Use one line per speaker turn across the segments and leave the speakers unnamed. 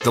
The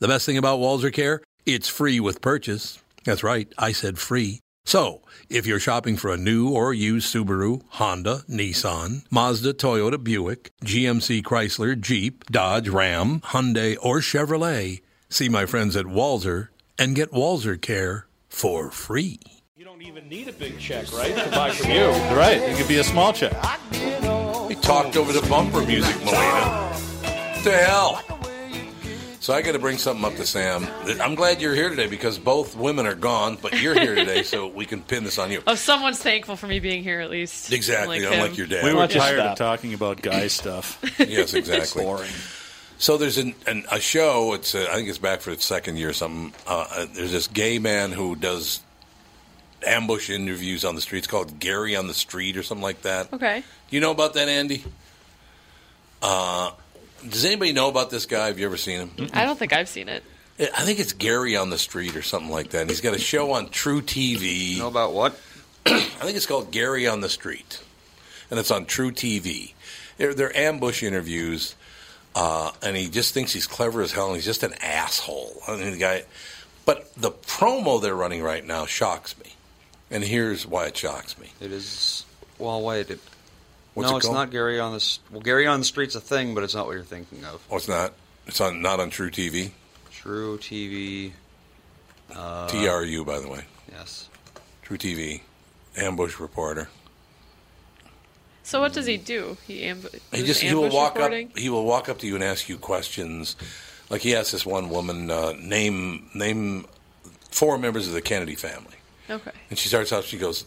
The best thing about Walzer Care? It's free with purchase. That's right, I said free. So, if you're shopping for a new or used Subaru, Honda, Nissan, Mazda, Toyota, Buick, GMC, Chrysler, Jeep, Dodge, Ram, Hyundai, or Chevrolet, see my friends at Walzer and get Walzer Care for free.
You don't even need a big check, right, to buy from you? Right. It could be a small check.
He talked over the bumper music, Melina. To hell. So I got to bring something up to Sam. I'm glad you're here today because both women are gone, but you're here today, so we can pin this on you.
Oh, someone's thankful for me being here at least.
Exactly,
Like
unlike
him.
your dad.
We were
Why'd you
tired
stop?
of talking about guy stuff.
yes, exactly. So there's an, an, a show. It's uh, I think it's back for its second year or something. Uh, uh, there's this gay man who does ambush interviews on the street. It's called Gary on the Street or something like that.
Okay.
You know about that, Andy? Uh, does anybody know about this guy? Have you ever seen him?
I don't think I've seen it.
I think it's Gary on the Street or something like that. And he's got a show on True TV.
Know about what?
I think it's called Gary on the Street, and it's on True TV. They're, they're ambush interviews, uh, and he just thinks he's clever as hell, and he's just an asshole. I mean, the guy. But the promo they're running right now shocks me, and here's why it shocks me.
It is. Well, wait. It,
What's
no,
it
it's
called?
not Gary on the. s- Well, Gary on the street's a thing, but it's not what you're thinking of.
Oh, it's not. It's on not on True TV.
True TV.
TRU, by the way,
Yes.
True TV, ambush reporter.
So what does he do? He, amb-
He
does
just he will
ambush
walk
reporting?
up. He will walk up to you and ask you questions. Like he asked this one woman, uh, name name four members of the Kennedy family,
Okay.
and she starts off. She goes,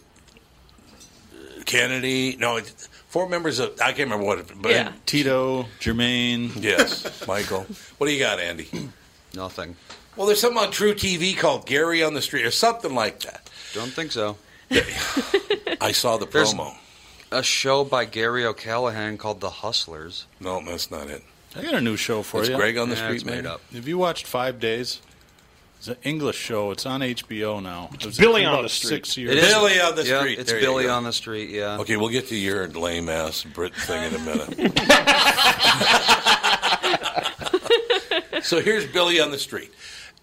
Kennedy. No, it's four members of I can't remember what. But
Yeah.
Tito, Jermaine.
yes, Michael. What do you got, Andy?
Nothing.
Well, there's something on True TV called Gary on the Street or something like that.
Don't think so.
I saw the
There's-
promo.
A show by Gary O'Callahan called The Hustlers.
No, that's not it.
I got a new show for
It's
you.
Greg on the
Yeah,
Street,
it's made
man.
up.
Have you watched Five Days? It's an English show. It's on HBO now. It was
Billy on
about
the Street.
Six
It
years.
is-
Billy on the
yeah,
Street.
It's
There you
Billy
go.
on the street. Yeah.
Okay, we'll get to your lame ass Brit thing in a minute. so here's Billy on the street.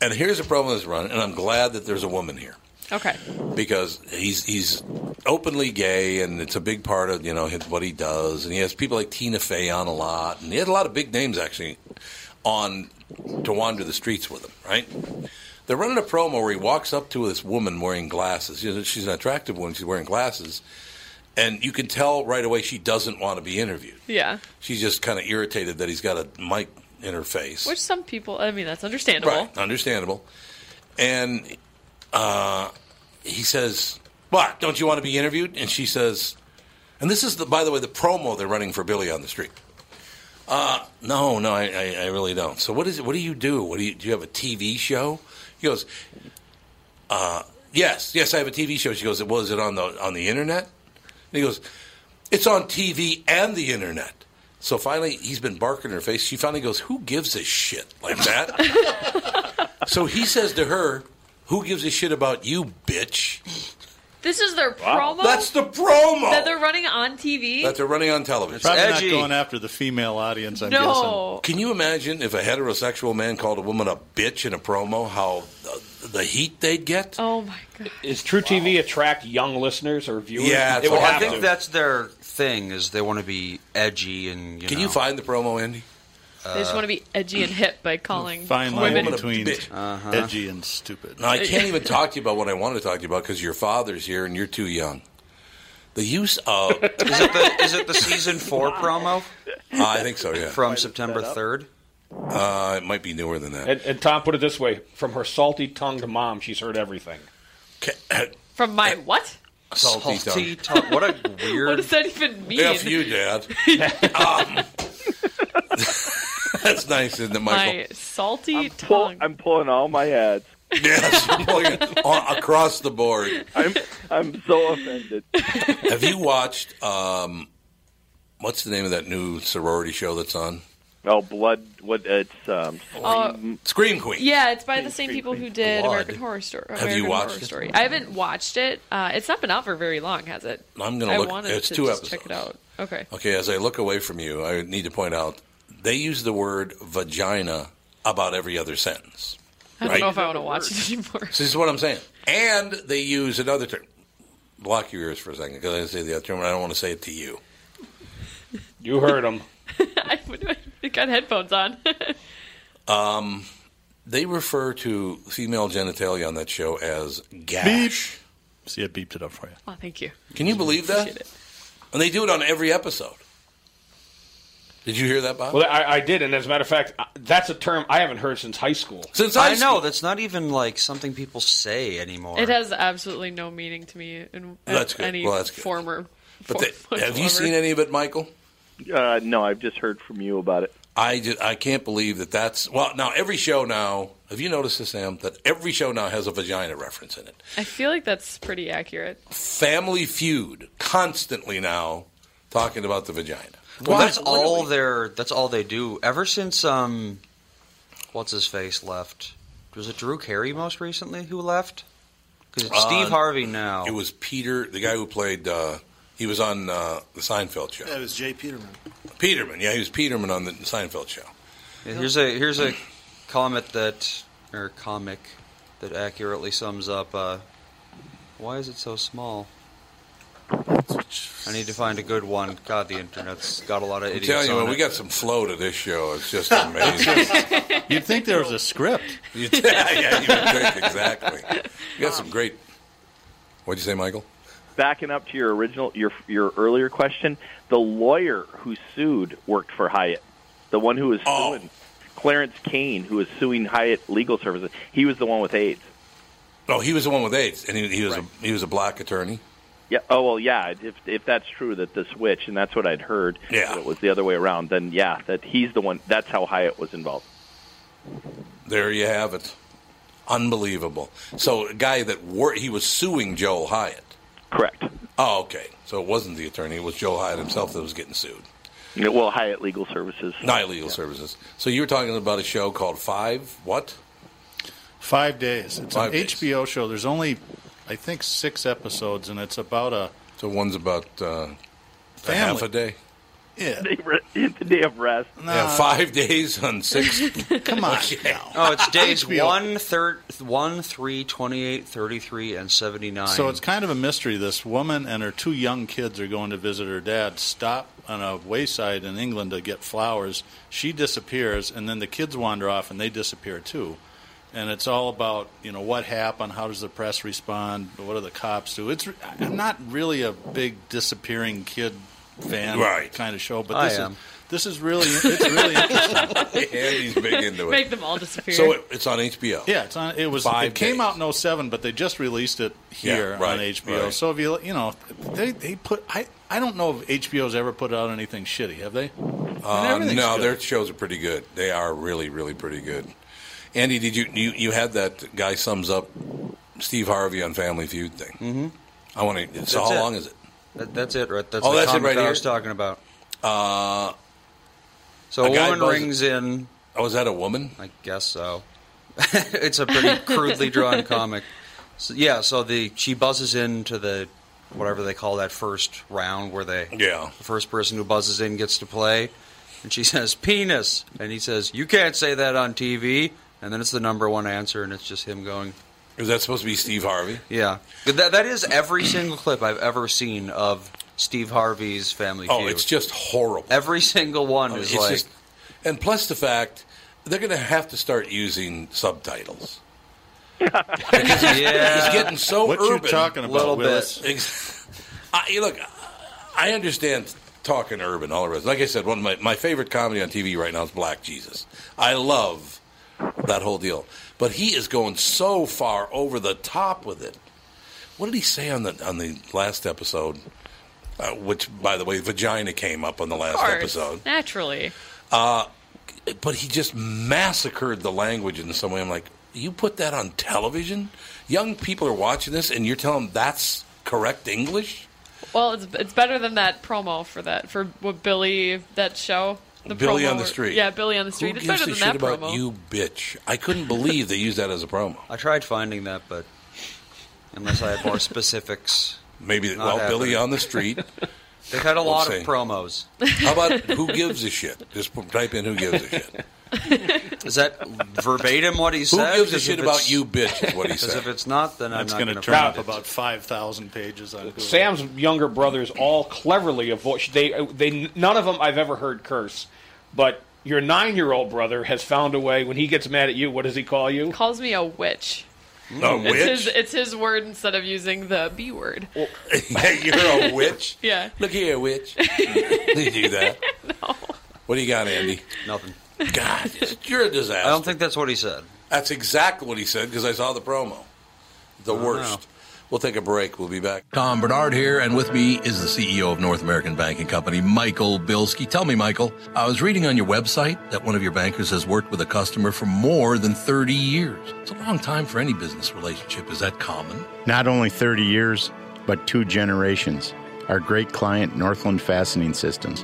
And here's a problem that's run, and I'm glad that there's a woman here.
Okay.
because he's he's openly gay and it's a big part of you know his- what he does and he has people like Tina Fey on a lot and he had a lot of big names actually on to wander the streets with him right they're running a promo where he walks up to this woman wearing glasses You know, she's an attractive woman she's wearing glasses and you can tell right away she doesn't want to be interviewed
Yeah.
she's just kind of irritated that he's got a mic in her face
Which some people, I mean, that's understandable.
Right, understandable. And uh, he says, "What? Don't you want to be interviewed?" And she says, "And this is the, by the way, the promo they're running for Billy on the Street." Uh, no, no, I, I, I really don't. So what is it? What do you do? What do you do? You have a TV show? He goes, uh, "Yes, yes, I have a TV show." She goes, "Well, is it on the on the internet?" And he goes, "It's on TV and the internet." So finally, he's been barking in her face. She finally goes, "Who gives a shit like that?" So he says to her, "Who gives a shit about you, bitch?"
This is their promo
That's the promo
that they're running on TV.
that they're running on television.
Probably
edgy.
not going after the female audience. I'm
no.
Can you imagine if a heterosexual man called a woman a bitch in a promo? How the, the heat they'd get?
Oh my god.
Is True TV attract young listeners or viewers?
Yeah,
it
it's
would
all-
Well, I
have
think
to.
that's their thing is they want to be edgy and you
Can
know. Uh,
you find the promo, Andy?
they just want to be edgy and hip by calling
guessing. Fine line
women.
woman a
between Uh-huh.
bitch.
edgy and stupid.
No, I can't even talk to you about what I want to talk to you about because your father's here and you're too young. The use of,
oh, Is it the, is it the season four promo
I think so. Oh, Yeah,
from September third?
uh, it might be newer than that.
And, and Tom put it this way: from her salty-tongued mom, she's heard everything.
Ca-
From my what?
Salty tongue.
tongue. What a weird.
What does that even mean?
F you, Dad. Um, that's nice, isn't it, Michael?
my salty
Pull-
tongue.
I'm pulling all my ads.
Yes, pulling it on, across the board.
I'm I'm so offended.
Have you watched um, what's the name of that new sorority show that's on?
Oh, blood. What it's um.
Oh.
Uh, Scream Queen.
yeah, it's by the same people who did
Blood.
American Horror Story. American
you watched
Horror
it?
Story. I haven't watched it. Uh, it's not been out for very long, has it?
I'm gonna
I
look-
wanted
it's
to
two
just check it
episodes.
out. Okay.
Okay, as I look away from you, I need to point out they use the word vagina about every other sentence.
I don't
Right.
know if I want to watch it anymore.
So this is what I'm saying. And they use another term. Block your ears for a second because I didn't say the other term, and I don't want to say it to you.
You heard him.
I I got headphones on.
Um, They refer to female genitalia on that show as gash.
See, I beeped it up for you.
oh, thank you.
Can you believe that?
Appreciate it.
And they do it on every episode. Did you hear that, Bob?
Well, I, I did, and as a matter of fact, I- that's a term I haven't heard since high school.
Since
I know
that.
that's not even like something people say anymore.
It has absolutely no meaning to me in
That's good.
any
Well, that's good.
former.
But
form
they- have you
whatsoever.
seen any of it, Michael?
Uh, no, I've just heard from you about it.
I ju- I can't believe that that's well. Now every show now. Have you noticed this, Sam? That every show now has a vagina reference in it.
I feel like that's pretty accurate.
Family Feud constantly now talking about the vagina.
Well, that's all their. That's all they do. Ever since um, what's his face left? Was it Drew Carey most recently who left? Because it's Steve
Uh,
Harvey now.
It was Peter, the guy who played. Uh, he was on uh, the Seinfeld show.
That was Jay Peterman.
Peterman, yeah, he was Peterman on the Seinfeld show.
Yeah, Here's a here's a comment that or comic that accurately sums up. Uh, why is it so small? I need to find a good one. God, the internet's got a lot of
I'm
idiots.
telling you,
on
what,
it.
we got some flow to this show. It's just amazing.
You'd think there was a script.
You- yeah, yeah, you would think, exactly. You got some great. What'd you say, Michael?
Um, Backing up to your original your your earlier question, the lawyer who sued worked for Hyatt. The one who was
Oh.
suing Clarence Kane, who was suing Hyatt Legal Services. He was the one with AIDS.
No, Oh, he was the one with AIDS, and he, he was
Right.
a, he was a black attorney.
Yeah. Oh well. Yeah. If if that's true that the switch and that's what I'd heard.
Yeah.
that It was the other way around. Then yeah, that he's the one. That's how Hyatt was involved.
There you have it, unbelievable. So a guy that wor- he was suing Joel Hyatt.
Correct.
Oh, okay. So it wasn't the attorney; it was Joel Hyatt himself that was getting sued.
Yeah, Well, Hyatt Legal Services.
Not legal services. So you were talking about a show called Five. What?
Five days. It's
Five
an
days.
HBO show. There's only, I think, six episodes, and it's about a
So one's about uh, a
family.
half a day.
Yeah.
They re- the day of rest.
Uh,
Yeah, five days on six.
Come on. now.
Oh, it's days
HBO.
1, thir- 1, 3, 28, 33, and 79.
So it's kind of a mystery. This woman and her two young kids are going to visit her dad, stop on a wayside in England to get flowers. She disappears, and then the kids wander off and they disappear too. And it's all about you know what happened, how does the press respond, what do the cops do? It's I'm not really a big disappearing kid fan
Right.
kind of show, but
I
this
am.
is this is really it's really interesting.
Andy's big into
Make
it.
them all disappear.
So it, it's on HBO.
Yeah, it's on. It was.
Five
it came
days.
out in 07, but they just released it here
Yeah, right,
on HBO.
right.
So if you you know they they put I I don't know if HBO's ever put out anything shitty, have they?
Uh,
everything's
no,
good.
their shows are pretty good. They are really, really pretty good. Andy, did you you, you had that guy sums up Steve Harvey on Family Feud thing? Mm-hmm. I want to. So
That's
how
it.
long is it?
That- that's it, right? That's
Oh,
the
that's it
comic
right
that
here?
I was talking about.
Uh,
So
A
a,
guy
woman
buzz-
rings in.
oh, is that a woman?
I guess so. it's a pretty crudely drawn comic. So, yeah, so the she buzzes into the whatever they call that first round where they
Yeah.
the first person who buzzes in gets to play, and she says penis, and he says you can't say that on TV, and then it's the number one answer, and it's just him going
Is that supposed to be Steve Harvey?
yeah. But That that is every single clip I've ever seen of Steve Harvey's Family
Oh,
Feud.
it's just horrible.
every single one
I mean,
is
it's
like
just- and plus the fact they're going to have to start using subtitles.
yeah.
It's getting so
what
urban.
you talking about,
little
Willis?
Ex- I, you look, I understand talking urban, all the rest. Like I said, one of my, my favorite comedy on TV right now is Black Jesus. I love that whole deal. But he is going so far over the top with it. What did he say on the on the last episode? Uh, which, by the way, vagina came up on the
of
last
course,
episode.
naturally.
Uh, But he just massacred the language in some way. I'm like, you put that on television? Young people are watching this, and you're telling them that's correct English?
Well, it's it's better than that promo for that for what Billy that show. The
Billy
promo
on the
where-
Street.
Yeah, Billy on the
Who
street. it's
gives
better
a
than
shit
that
about
promo.
you, bitch? I couldn't believe they used that as a promo.
I tried finding that, but unless I had more specifics,
Maybe
Not
well,
happening.
Billy on the street.
they had a lot
see.
of promos.
How about who gives a shit? Just p- type in who gives a shit.
Is that verbatim what he
Who
said?
gives a
'Cause
shit
if
about
it's-
you, bitch? Is what he
Because if
said.
it's not, then I'm
That's
not
going
going
to
to
turn up
it.
about five thousand pages on Google.
Sam's younger brothers all cleverly avoid. They they none of them I've ever heard curse, but your nine year old brother has found a way. When he gets mad at you, what does he call you?
Calls me a witch.
a
It's his
witch?
it's his word instead of using the B word.
Hey, You're a witch.
Yeah.
Look here, witch. They do that. What do you got, Andy?
Nothing.
God, you're a disaster.
I don't think that's what he said.
That's exactly what he said because I saw the promo. The worst. We'll take a break. We'll be back. Tom Bernard here, and with me is the CEO of North American Banking Company, Michael Bilski. Tell me, Michael, I was reading on your website that one of your bankers has worked with a customer for more than 30 years. It's a long time for any business relationship. Is that common?
Not only 30 years, but two generations. Our great client, Northland Fastening Systems.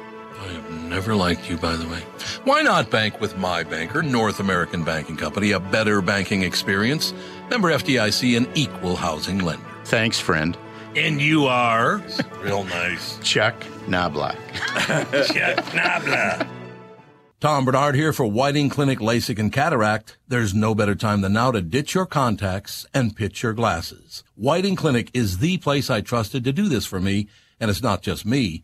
I have never liked you, by the way. Why not bank with my banker, North American Banking Company, a better banking experience? Member FDIC, an equal housing lender.
Thanks, friend.
And you are? Real nice.
Chuck Knobloch.
Tom Bernard here for Whiting Clinic LASIK and Cataract. There's no better time than now to ditch your contacts and pitch your glasses. Whiting Clinic is the place I trusted to do this for me, and it's not just me.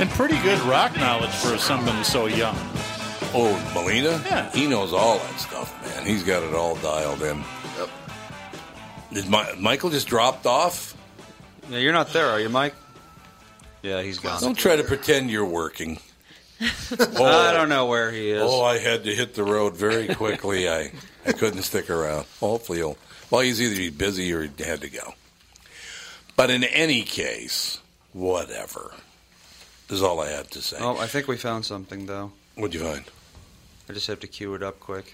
And pretty good rock knowledge for someone so young.
Oh, Molina?
Yeah.
He knows all that stuff, man. He's got it all dialed in. Yep. Did Mi- Michael just dropped off?
Yeah, you're not there, are you, Mike? Yeah, he's gone.
Don't try to pretend you're working. Oh.
I don't know where he is.
Oh, I had to hit the road very quickly. I, I couldn't stick around. Hopefully, he'll. Well, he's either he's busy or he had to go. But in any case, whatever. Is all I have to say.
Oh, I think we found something though.
What'd you find?
I just have to cue it up quick.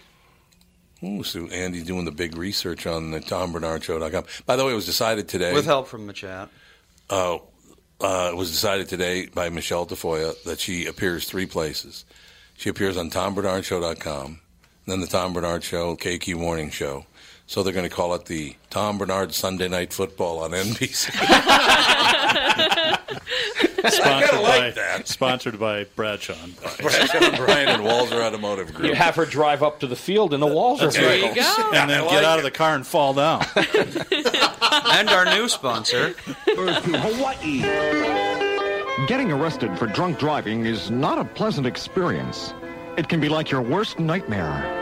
Ooh, so Andy's doing the big research on the TomBernardShow.com. By the way, it was decided today.
With help from the chat.
Uh, uh, it was decided today by Michelle Tafoya that she appears three places. She appears on TomBernardShow.com, then the Tom Bernard Show, KQ Morning Show. So they're going to call it the Tom Bernard Sunday Night Football on NBC.
Sponsored by
like that.
sponsored by Bradshaw. and Price.
Brad Bryan and Walzer Automotive Group.
You have her drive up to the field in a Walzer
There
vehicle.
you go.
And
I
then
like
get
it.
out of the car and fall down.
And our new sponsor.
Getting arrested for drunk driving is not a pleasant experience. It can be like your worst nightmare.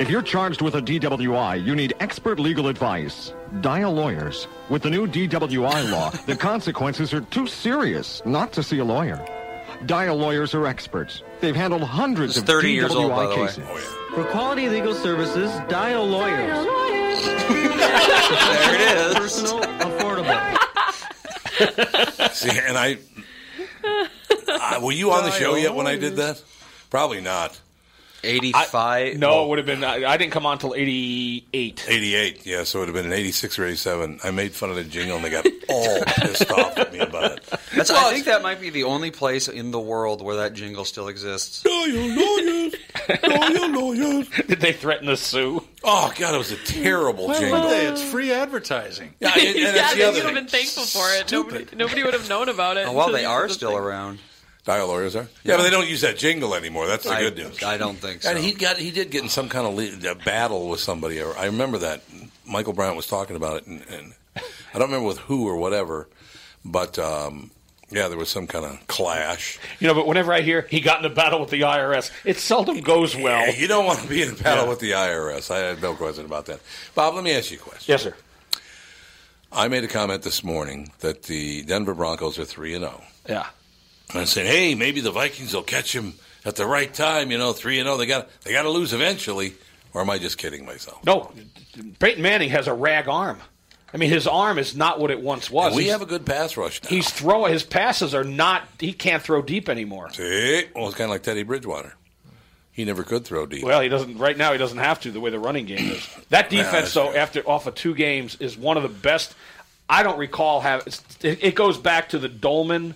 If you're charged with a DWI, you need expert legal advice. Dial lawyers. With the new DWI law, the consequences are too serious not to see a lawyer. Dial lawyers are experts. They've handled hundreds
This is
of
30
DWI
years old, by the way.
cases.
For quality legal services, dial lawyers.
There it is.
Personal, affordable.
See, and I, uh, were you on the show yet when I did that? Probably not.
85.
No, it would have been. I, I didn't come on till '88.
88, yeah, so it would have been an 86 or 87. I made fun of the jingle and they got all pissed off at me about it.
That's, I think that might be the only place in the world where that jingle still exists.
Know your lawyers. Know your lawyers.
Did they threaten to sue?
Oh, God, it was a terrible jingle.
Hey, it's free advertising.
Yeah, and,
yeah,
and that's
they
the
would
other
have
thing.
been thankful for it. Nobody,
Stupid.
nobody would have known about it.
Oh, well,
until
they
you
are
did the
still
thing.
around.
Dial lawyers are? Yeah, but they don't use that jingle anymore. That's the
I,
good news.
I don't think so.
And he got he did get in some kind of le- a battle with somebody. Or I remember that Michael Bryant was talking about it, and, and I don't remember with who or whatever, but um, yeah, there was some kind of clash.
You know, but whenever I hear he got in a battle with the IRS, it seldom goes well.
Yeah, you don't want to be in a battle with the IRS. I had no question about that. Bob, let me ask you a question.
Yes, sir.
I made a comment this morning that the Denver Broncos are three and zero.
Yeah.
And I said, hey, maybe the Vikings will catch him at the right time. You know, three and zero. They got they got to lose eventually. Or am I just kidding myself?
No, Peyton Manning has a rag arm. I mean, his arm is not what it once was.
We
he's,
have a good pass rush now.
he's throw his passes are not. He can't throw deep anymore.
See? Well, it's kind of like Teddy Bridgewater. He never could throw deep.
Well, he doesn't right now. He doesn't have to the way the running game is. That defense,
that's
though,
true.
after off of two games, is one of the best. I don't recall have it's- it, it goes back to the Dolman,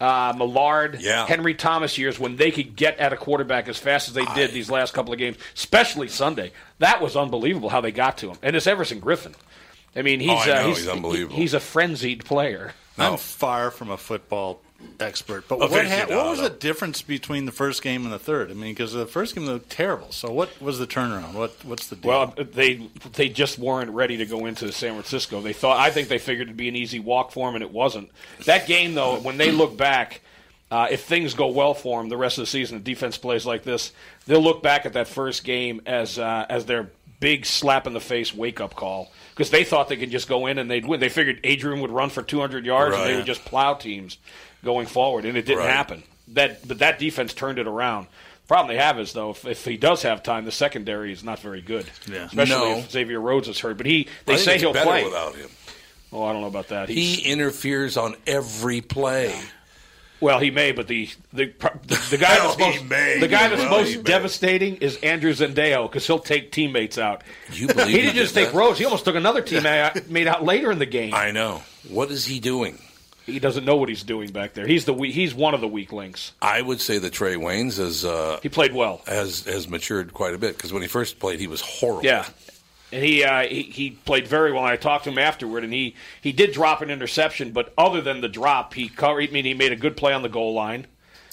uh, Millard,
Yeah.
Henry Thomas years when they could get at a quarterback as fast as they did these last couple of games, especially Sunday. That was unbelievable how they got to him. And it's Everson Griffin. I mean, he's
Oh, I
uh,
know.
he's,
He's unbelievable.
he- he's a frenzied player.
No.
I'm far from a football expert, but
Okay,
what,
so
ha-
no,
what was
no.
the difference between the first game and the third? I mean, because the first game they were terrible. So what was the turnaround? What what's the deal?
Well, uh, they they just weren't ready to go into San Francisco. They thought I think they figured it'd be an easy walk for them, and it wasn't. That game, though, when they look back, uh, if things go well for them the rest of the season, the defense plays like this, they'll look back at that first game as uh, as their big slap in the face wake up call because they thought they could just go in and they'd win. They figured Adrian would run for 200 yards and they
Right.
would just plow teams going forward, and it didn't
Right.
happen. That but that defense turned it around. Problem they have is though, if, if he does have time, the secondary is not very good.
Yeah.
Especially
No.
if Xavier Rhodes is hurt, but he they
I think
say
it's
he'll
better
play.
without him.
Oh, I don't know about that. He's,
He interferes on every play.
well, he may, but the the the, the guy
Well,
that's most
he may.
the guy that's
Well, he
most
may.
devastating is Andrew Zendeo because he'll take teammates out.
You believe
he didn't
he
just
did
take
that?
Rhodes; he almost took another teammate made out later in the game.
I know. What is he doing?
he doesn't know what he's doing back there. He's the we- he's one of the weak links.
I would say that Trey Waynes has uh,
He played well.
has has matured quite a bit because when he first played, he was horrible.
Yeah. And he, uh, he he played very well. I talked to him afterward, and he, he did drop an interception, but other than the drop, he covered. I mean, he made a good play on the goal line.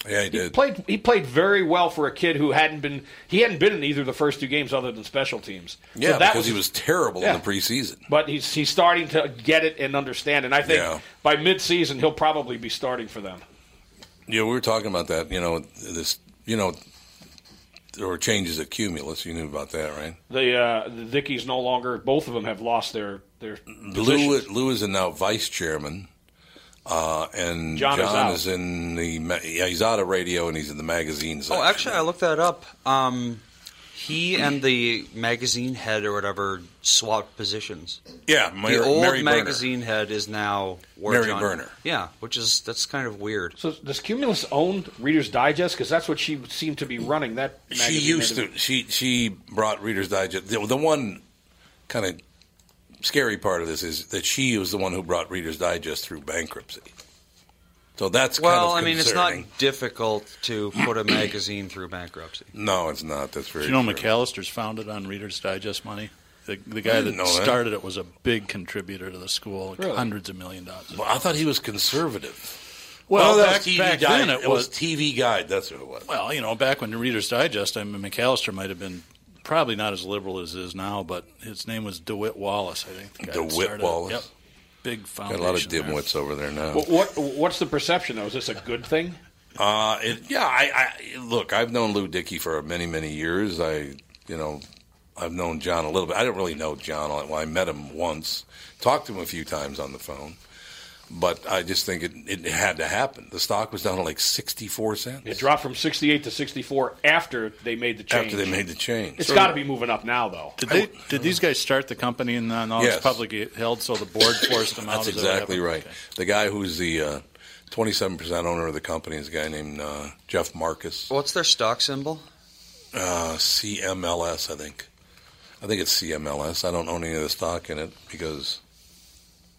Yeah, he did.
played he played very well for a kid who hadn't been he hadn't been in either of the first two games other than special teams. So
Yeah,
that
because he was terrible
Yeah.
in the preseason.
But he's he's starting to get it and understand, and I think
Yeah.
by midseason he'll probably be starting for them.
Yeah, we were talking about that. You know, this. You know, there were changes at Cumulus. You knew about that, right?
The uh, the Dickies no longer both of them have lost their their
Lou,
positions.
Lou is now vice chairman, uh, and
John is out.
is, in the. ma- Yeah, he's out of radio and he's in the magazines.
Oh, actually, I looked that up. Um, he and the magazine head or whatever swapped positions.
Yeah, Mary-
the old
Mary Berner.
magazine head is now War
Mary
John-
Berner.
Yeah, which is that's kind of weird.
So does Cumulus own Reader's Digest? Because that's what she seemed to be running. That
she
Oh, magazine
used
had
to. She she brought Reader's Digest. The, the one kind of scary part of this is that she was the one who brought Reader's Digest through bankruptcy. So that's
well,
Kind of
I mean,
concerning.
it's not difficult to put a magazine through bankruptcy.
No, it's not. That's
Do
very.
you know
true.
McAllister's founded on Reader's Digest money? The, the
I
guy
didn't
that,
know that.
started it was a big contributor to the school, like
Really?
hundreds of million dollars.
Well, I thought he was conservative.
Well,
Oh, that
back,
was TV
back
Guide.
then it,
It was TV Guide. That's what it was.
Well, you know, back when the Reader's Digest, I mean, McAllister might have been probably not as liberal as is now, but his name was DeWitt Wallace, I think. The guy that
DeWitt
started it.
Wallace?
Yep. Big
Got
foundation.
a lot of
there.
dimwits over there now.
to. What, what what's the perception though? Is this a good thing?
Uh, it, yeah, I, I look. I've known Lou Dickey for many, many years. I, you know, I've known John a little bit. I didn't really know John. all that well. I met him once, talked to him a few times on the phone, but I just think it, it had to happen. The stock was down to like sixty-four cents
It dropped from sixty eight to sixty four after they made the change.
after they made the change.
It's got to be moving up now though.
Did, they, did these guys start the company and then all
Yes.
it's publicly held, so the board forced them out?
That's
Is that what
exactly
happened?
right. The guy who's the uh, twenty-seven percent owner of the company is a guy named uh, Jeff Marcus.
What's their stock symbol?
Uh, CMLS, I think. I think it's CMLS. I don't own any of the stock in it because.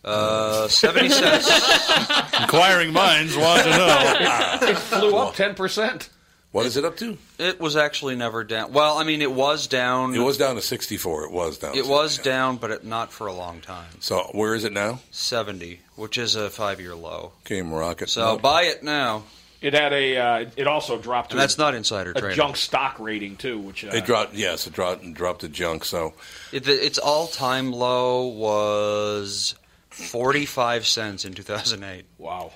Uh, 70 cents.
Inquiring minds want to
Ah.
know.
it flew up ten percent.
What is it up to?
It was actually never down. Well, I mean, it was down.
It was down to 64. It was down.
It was down, but it, not for a long time.
So where is it now?
70, which is a five-year low.
Came rocket.
So
No.
buy it now.
It had a. Uh, it also dropped. To
And that's not insider
a
trading.
junk stock rating too, which uh,
It dropped. Yes, it dropped. It dropped to junk. So
It, its all-time low was 45 cents in 2008.
Wow.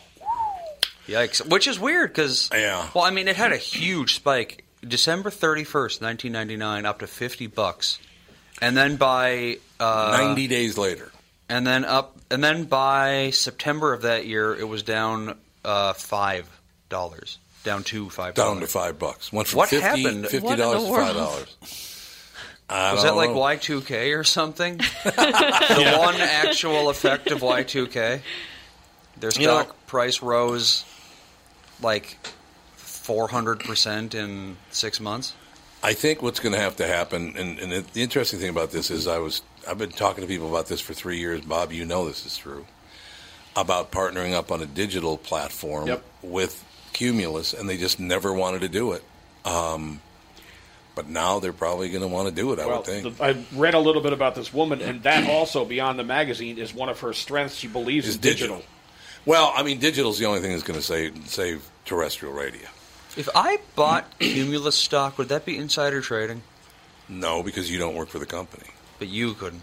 Yikes. Which is weird because.
Yeah.
Well, I mean, it had a huge spike. December 31st, 1999, up to 50 bucks. And then by. Uh,
90 days later.
And then up. And then by September of that year, it was down uh, $5. Down to $5.
down to five bucks. Went from
What
50,
happened?
Fifty dollars to five dollars. I
Was
don't
that like
know.
Y2K or something? the one actual effect of Y2K? Their
You know-
stock price rose like 400% in six months.
I think what's going to have to happen, and, and it, the interesting thing about this is, I was I've been talking to people about this for three years. Bob, you know this is true about partnering up on a digital platform
Yep.
with Cumulus, and they just never wanted to do it. Um, but now they're probably going to want to do it. I
Well,
would think.
the- I read a little bit about this woman, and that also, beyond the magazine, is one of her strengths. She believes
Is
in digital.
Well, I mean, digital's the only thing that's going to save save terrestrial radio.
If I bought Cumulus stock, would that be insider trading?
No, because you don't work for the company.
But you couldn't.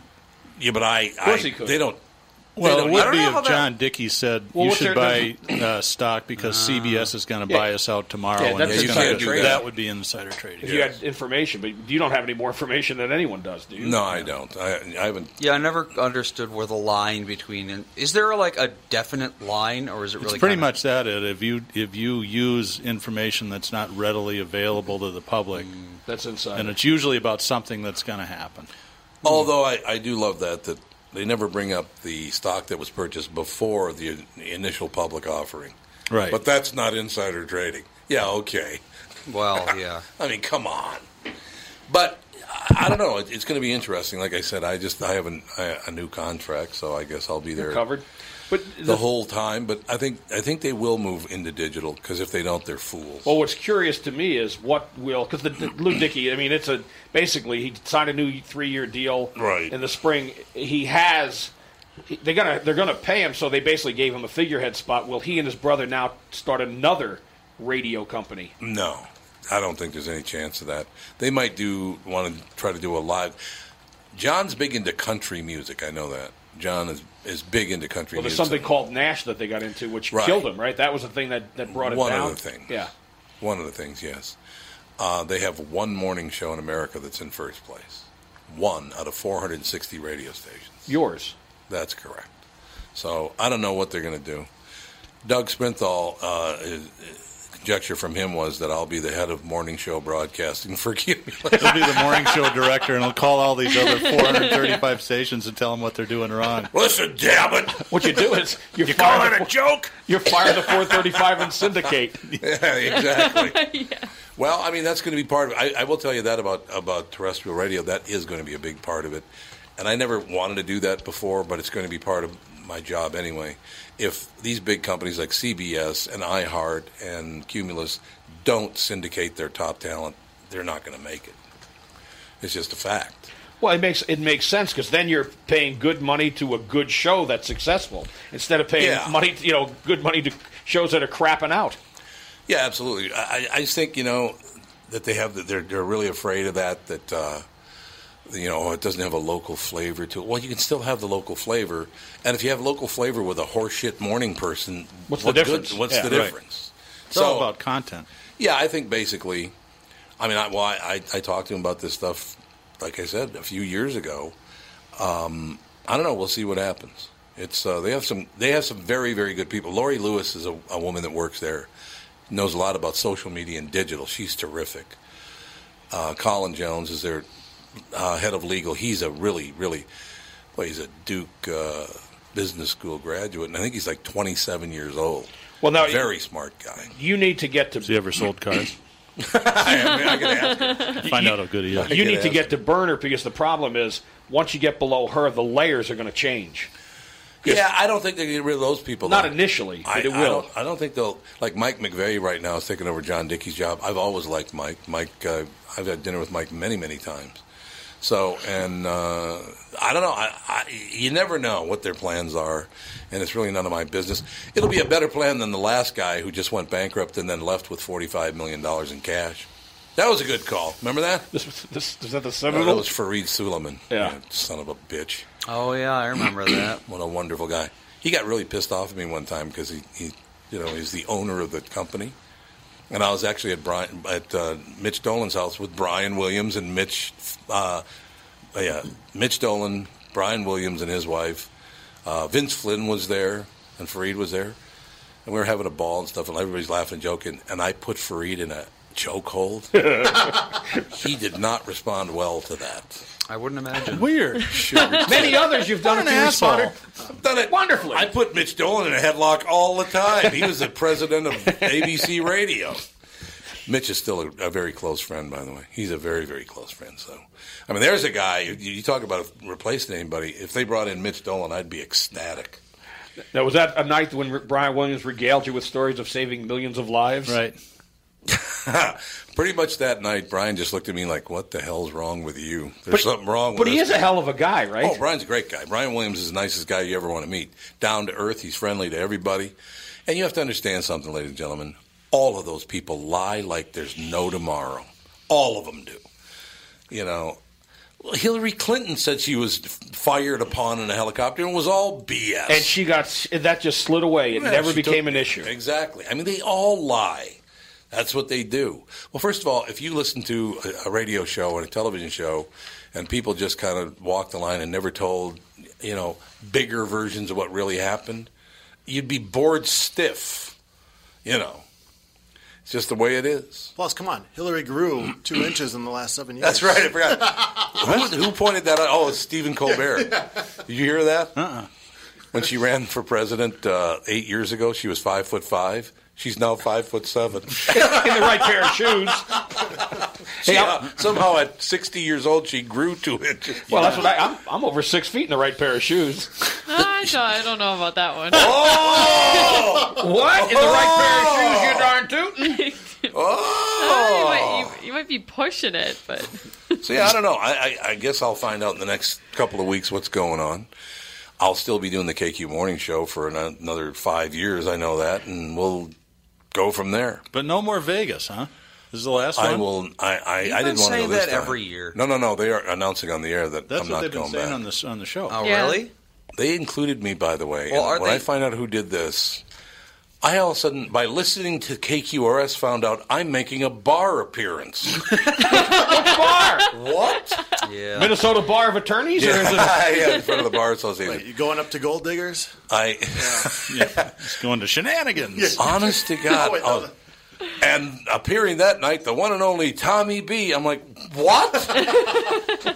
Yeah, but I.
Of course
I,
he could.
They don't.
Well,
they
it
don't-
would be if John Dickey said
Well,
you
what's
should
their-
buy uh, stock because CBS is going to buy us out tomorrow.
Yeah,
and
that's
it's
insider
gonna-
trading.
That would be insider trading.
If you had information, but you don't have any more information than anyone does, do you?
No, I don't. I, I haven't.
Yeah, I never understood where the line between. Is there like a definite line, or is it
It's
really
pretty
kinda-
much that. It if you if you use information that's not readily available to the public,
that's inside.
And it's usually about something that's going to happen.
Hmm. Although I, I do love that that they never bring up the stock that was purchased before the initial public offering.
Right.
But that's not insider trading. Yeah. Okay.
Well, yeah.
I mean, come on. But I- I don't know. It, it's going to be interesting. Like I said, I just I have an, a, a new contract, so I guess I'll be there.
You're covered. But
the whole time, but I think I think they will move into digital because if they don't, they're fools.
Well, what's curious to me is what will because the Lou Dickey. I mean, it's a basically he signed a new three-year deal
Right.
in the spring. He has they're gonna they're gonna pay him, so they basically gave him a figurehead spot. Will he and his brother now start another radio company?
No, I don't think there's any chance of that. They might do want to try to do a live. John's big into country music. I know that John is is big into country
Well, there's
music.
something called Nash that they got into, which
Right.
killed him. Right, that was the thing that that brought it
one
down.
of the things.
Yeah.
One of the things, yes. Uh, they have one morning show in America that's in first place. One out of 460 radio stations.
Yours.
That's correct. So I don't know what they're going to do. Doug Sprinthal, uh, is- conjecture from him was that I'll be the head of morning show broadcasting for Cumulus.
He'll be the morning show director, and he'll call all these other 435 stations and tell them what they're doing wrong.
Listen, damn it!
What you do is you,
call
fire
it
the
a joke?
You fire the 435 and syndicate.
yeah, exactly. Well, I mean, that's going to be part of it. I, I will tell you that about, about terrestrial radio. That is going to be a big part of it. And I never wanted to do that before, but it's going to be part of my job anyway. If these big companies like CBS and iHeart and Cumulus don't syndicate their top talent, they're not going to make it. It's just a fact.
Well, it makes it makes sense because then you're paying good money to a good show that's successful instead of paying
Yeah.
money, you know, good money to shows that are crapping out.
Yeah, absolutely. I, I- I just think you know that they have that they're they're really afraid of that that uh, you know oh, it doesn't have a local flavor to it. Well, you can still have the local flavor, and if you have local flavor with a horseshit morning person,
What's the
what good-
difference?
what's
Yeah,
the
right.
difference?
It's all about content.
Yeah, I think basically, I mean, I, well, I, I, I talked to him about this stuff, like I said, a few years ago. Um, I don't know. We'll see what happens. It's uh, they have some they have some very very good people. Lori Lewis is a, a woman that works there, knows a lot about social media and digital. She's terrific. Uh, Colin Jones is their uh, head of legal. He's a really really well, he's a Duke uh, business school graduate, and I think he's like 27 years old.
Well, now
very smart guy.
You need to get to. Has
he ever sold cars?
You-
out how good he is.
You need to get to burner because the problem is once you get below her, the layers are going to change.
Yeah, I don't think they get rid of those people.
Not initially, but
I,
it
I
will.
don't, I don't think they'll like Mike McVeigh right now is taking over John Dickey's job. I've always liked Mike. Mike, uh, I've had dinner with Mike many, many times. So, and uh, I don't know. I, I, you never know what their plans are, and it's really none of my business. It'll be a better plan than the last guy who just went bankrupt and then left with forty-five million dollars in cash. That was a good call. Remember that?
This, this, is that the
No, that
Seminole?
was Fareed Suleiman.
Yeah.
son of a bitch.
Oh yeah, I remember that.
what a wonderful guy. He got really pissed off at me one time because he, he, you know, he's the owner of the company, and I was actually at Brian at uh, Mitch Dolan's house with Brian Williams and Mitch, uh, yeah, Mitch Dolan, Brian Williams and his wife, uh, Vince Flynn was there, and Fareed was there, and we were having a ball and stuff, and everybody's laughing and joking, and I put Fareed in a chokehold. he did not respond well to that.
I wouldn't imagine.
Weird.
Many others you've done
What
it
an
to
asshole.
respond.
I've done it wonderfully. I put Mitch Dolan in a headlock all the time. He was the president of ABC Radio. Mitch is still a, a very close friend, by the way. He's a very, very close friend. So, I mean, there's a guy. You, you talk about replacing anybody. If they brought in Mitch Dolan, I'd be ecstatic.
Now, was that a night when R- Brian Williams regaled you with stories of saving millions of lives?
Right.
Pretty much that night, Brian just looked at me like, "What the hell's wrong with you? There's something wrong." with
But he
this
is a
guy."
hell of a guy, right?
Oh, Brian's a great guy. Brian Williams is the nicest guy you ever want to meet. Down to earth, he's friendly to everybody. And you have to understand something, ladies and gentlemen. All of those people lie like there's no tomorrow. All of them do. You know, Hillary Clinton said she was fired upon in a helicopter and was all BS.
And she got and that just slid away. It
Yeah,
never
she
became
took-
an issue.
Exactly. I mean, they all lie. That's what they do. Well, first of all, if you listen to a, a radio show and a television show, and people just kind of walk the line and never told, you know, bigger versions of what really happened, you'd be bored stiff. You know, it's just the way it is.
Plus, come on, Hillary grew two inches in the last seven years.
That's right. I forgot. who, who pointed that out? Oh, it's Stephen Colbert. Did you hear that? Uh-uh. When she ran for president uh, eight years ago, she was five foot five. She's now five foot seven.
in the right pair of shoes.
Hey, I'm- somehow at 60 years old, she grew two inches.
Well, that's what I, I'm. I'm over six feet in the right pair of shoes.
I don't, I don't know about that one.
Oh!
what in the right pair of shoes? You darn tootin'.
Oh, you, might, you, you might be pushing it, but
See, I don't know. I, I, I guess I'll find out in the next couple of weeks what's going on. I'll still be doing the KQ Morning Show for an, another five years. I know that, and we'll go from there.
But no more Vegas, huh? This is the last
I
one?
will. I I,
You've
I didn't want
been
to go
saying
this
that
time.
every year.
No, no, no. They are announcing on the air that
That's
I'm
what
not
they've been
going
saying
back.
on the on the show.
Oh,
Yeah. really?
They included me, by the way.
Well,
and
are
when
they-
I find out who did this, I all of a sudden, by listening to KQRS, found out I'm making a bar appearance.
bar?
What? Yeah.
Minnesota Bar of Attorneys, or is it?
yeah, in front of the bar association.
You going up to Gold Diggers?
I
it's going to shenanigans.
Honest to God.
No, wait,
oh, and appearing that night, the one and only Tommy B. I'm like, what?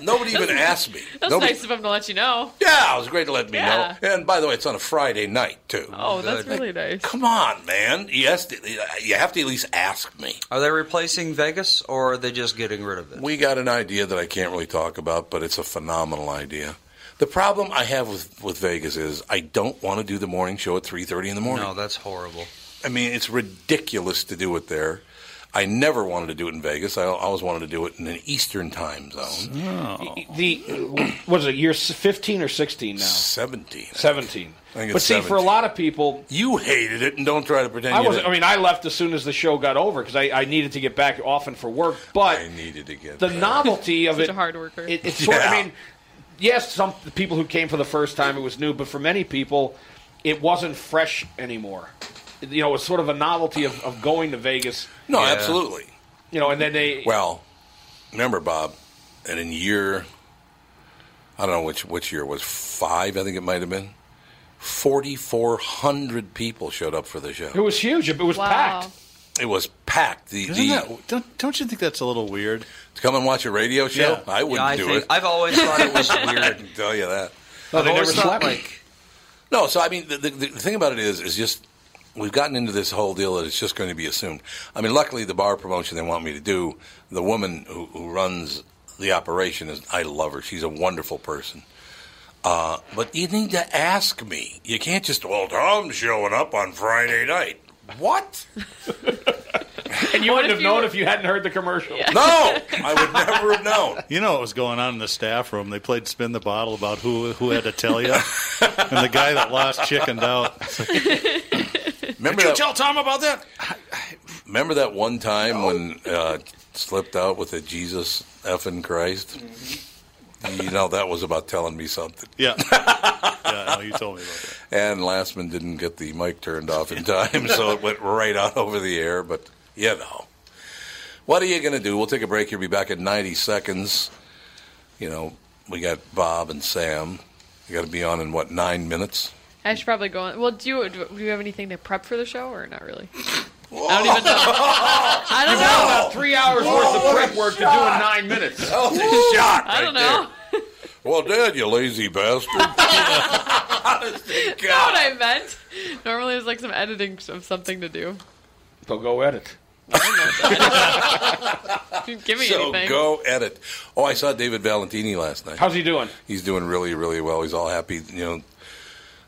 Nobody even asked me.
that's
Nobody,
nice of him to let you know.
Yeah, it was great to let me
Yeah.
know. And by the way, it's on a Friday night too.
Oh, that's really nice.
Come on, man. Yes, th- you have to at least ask me.
Are they replacing Vegas, or are they just getting rid of it?
We got an idea that I can't really talk about, but it's a phenomenal idea. The problem I have with, with Vegas is I don't want to do the morning show at 3:30 in the morning.
No, that's horrible.
I mean, it's ridiculous to do it there. I never wanted to do it in Vegas. I always wanted to do it in an Eastern time zone.
Oh, The was it year s- fifteen or sixteen now?
Seventeen.
Seventeen.
I think
but
it's
see, for a
17.
lot of people,
you hated it, and don't try to pretend.
I
you
was.
didn't.
I mean, I left as soon as the show got over because I, I needed to get back often for work. But
I needed to get
the
that.
novelty of
Such
it.
a hard worker.
it- it's sort.
Yeah.
I mean, yes, some people who came for the first time it was new, but for many people, it wasn't fresh anymore. You know, it's sort of a novelty of, of going to Vegas.
No, absolutely.
You know, and then they
Well, remember, Bob, that in year, I don't know which which year it was five. I think it might have been forty four hundred people showed up for the show.
it was huge. It was packed.
It was packed. The,
Isn't
the-
that, don't, don't you think that's a little weird?
to come and watch a radio show,
Yeah.
I wouldn't
Yeah, I
do
think-
it.
I've always thought it was
I
weird.
can tell you that.
No, they
I've always
never
thought,
slept.
like
No, so I mean, the, the, the thing about it is, is just we've gotten into this whole deal that it's just going to be assumed. I mean, luckily, the bar promotion they want me to do, the woman who, who runs the operation is, I love her. She's a wonderful person. Uh, but you need to ask me. You can't just, well, Tom's showing up on Friday night. What?
and you wouldn't have known if you hadn't heard the commercial.
No, I would never have known.
You know what was going on in the staff room? They played spin the bottle about who who had to tell you, and the guy that lost chickened out.
Remember
Did you
that-
tell Tom about that?
Remember that one time when uh, slipped out with a Jesus effing Christ? You know, that was about telling me something.
Yeah. yeah, no, you told me about
And Lastman didn't get the mic turned off in time, so it went right out over the air. But you know, what are you going to do? We'll take a break. You'll be back in 90 seconds. You know, we got Bob and Sam. You got to be on in what nine minutes?
I should probably go on. Well, do you do you have anything to prep for the show or not really? I don't even know. I don't know.
About three hours worth of prep work to do in nine minutes.
Oh, this shot!
I
right
don't know.
there. Well, Dad, you lazy bastard.
That's not what I meant. Normally, it's like some editing of something to do.
So go
Oh,
edit.
Give me
so
anything.
go edit. Oh, I saw David Valentini last night.
How's he doing?
He's doing really, really well. He's all happy. You know,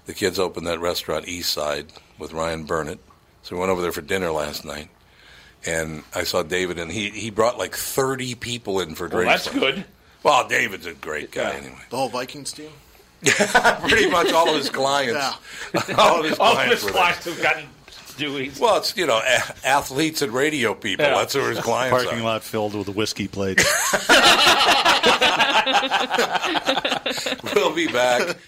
the kids opened that restaurant East Side with Ryan Burnett, so we went over there for dinner last night. And I saw David, and he, he brought like thirty people in for
Well,
drinks.
that's good.
Well, David's a great guy anyway.
The whole Vikings team?
Pretty much all of his clients, all of his
All of
clients
his
were there.
clients have gotten Dewey's.
Well, it's you know a- athletes and radio people.
Yeah.
That's who his
that.
clients
Parking
are.
lot filled with whiskey plates.
We'll be back.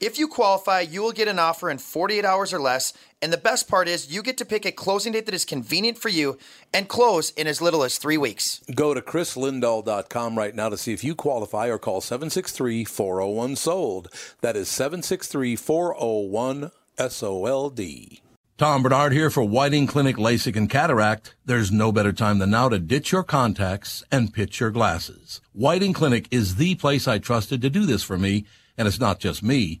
If you qualify, you will get an offer in 48 hours or less. And the best part is, you get to pick a closing date that is convenient for you and close in as little as three weeks.
Go to chrislindahl.com right now to see if you qualify or call 763 401 SOLD. That is 763 401 SOLD. Tom Bernard here for Whiting Clinic LASIK and Cataract. There's no better time than now to ditch your contacts and pitch your glasses. Whiting Clinic is the place I trusted to do this for me, and it's not just me.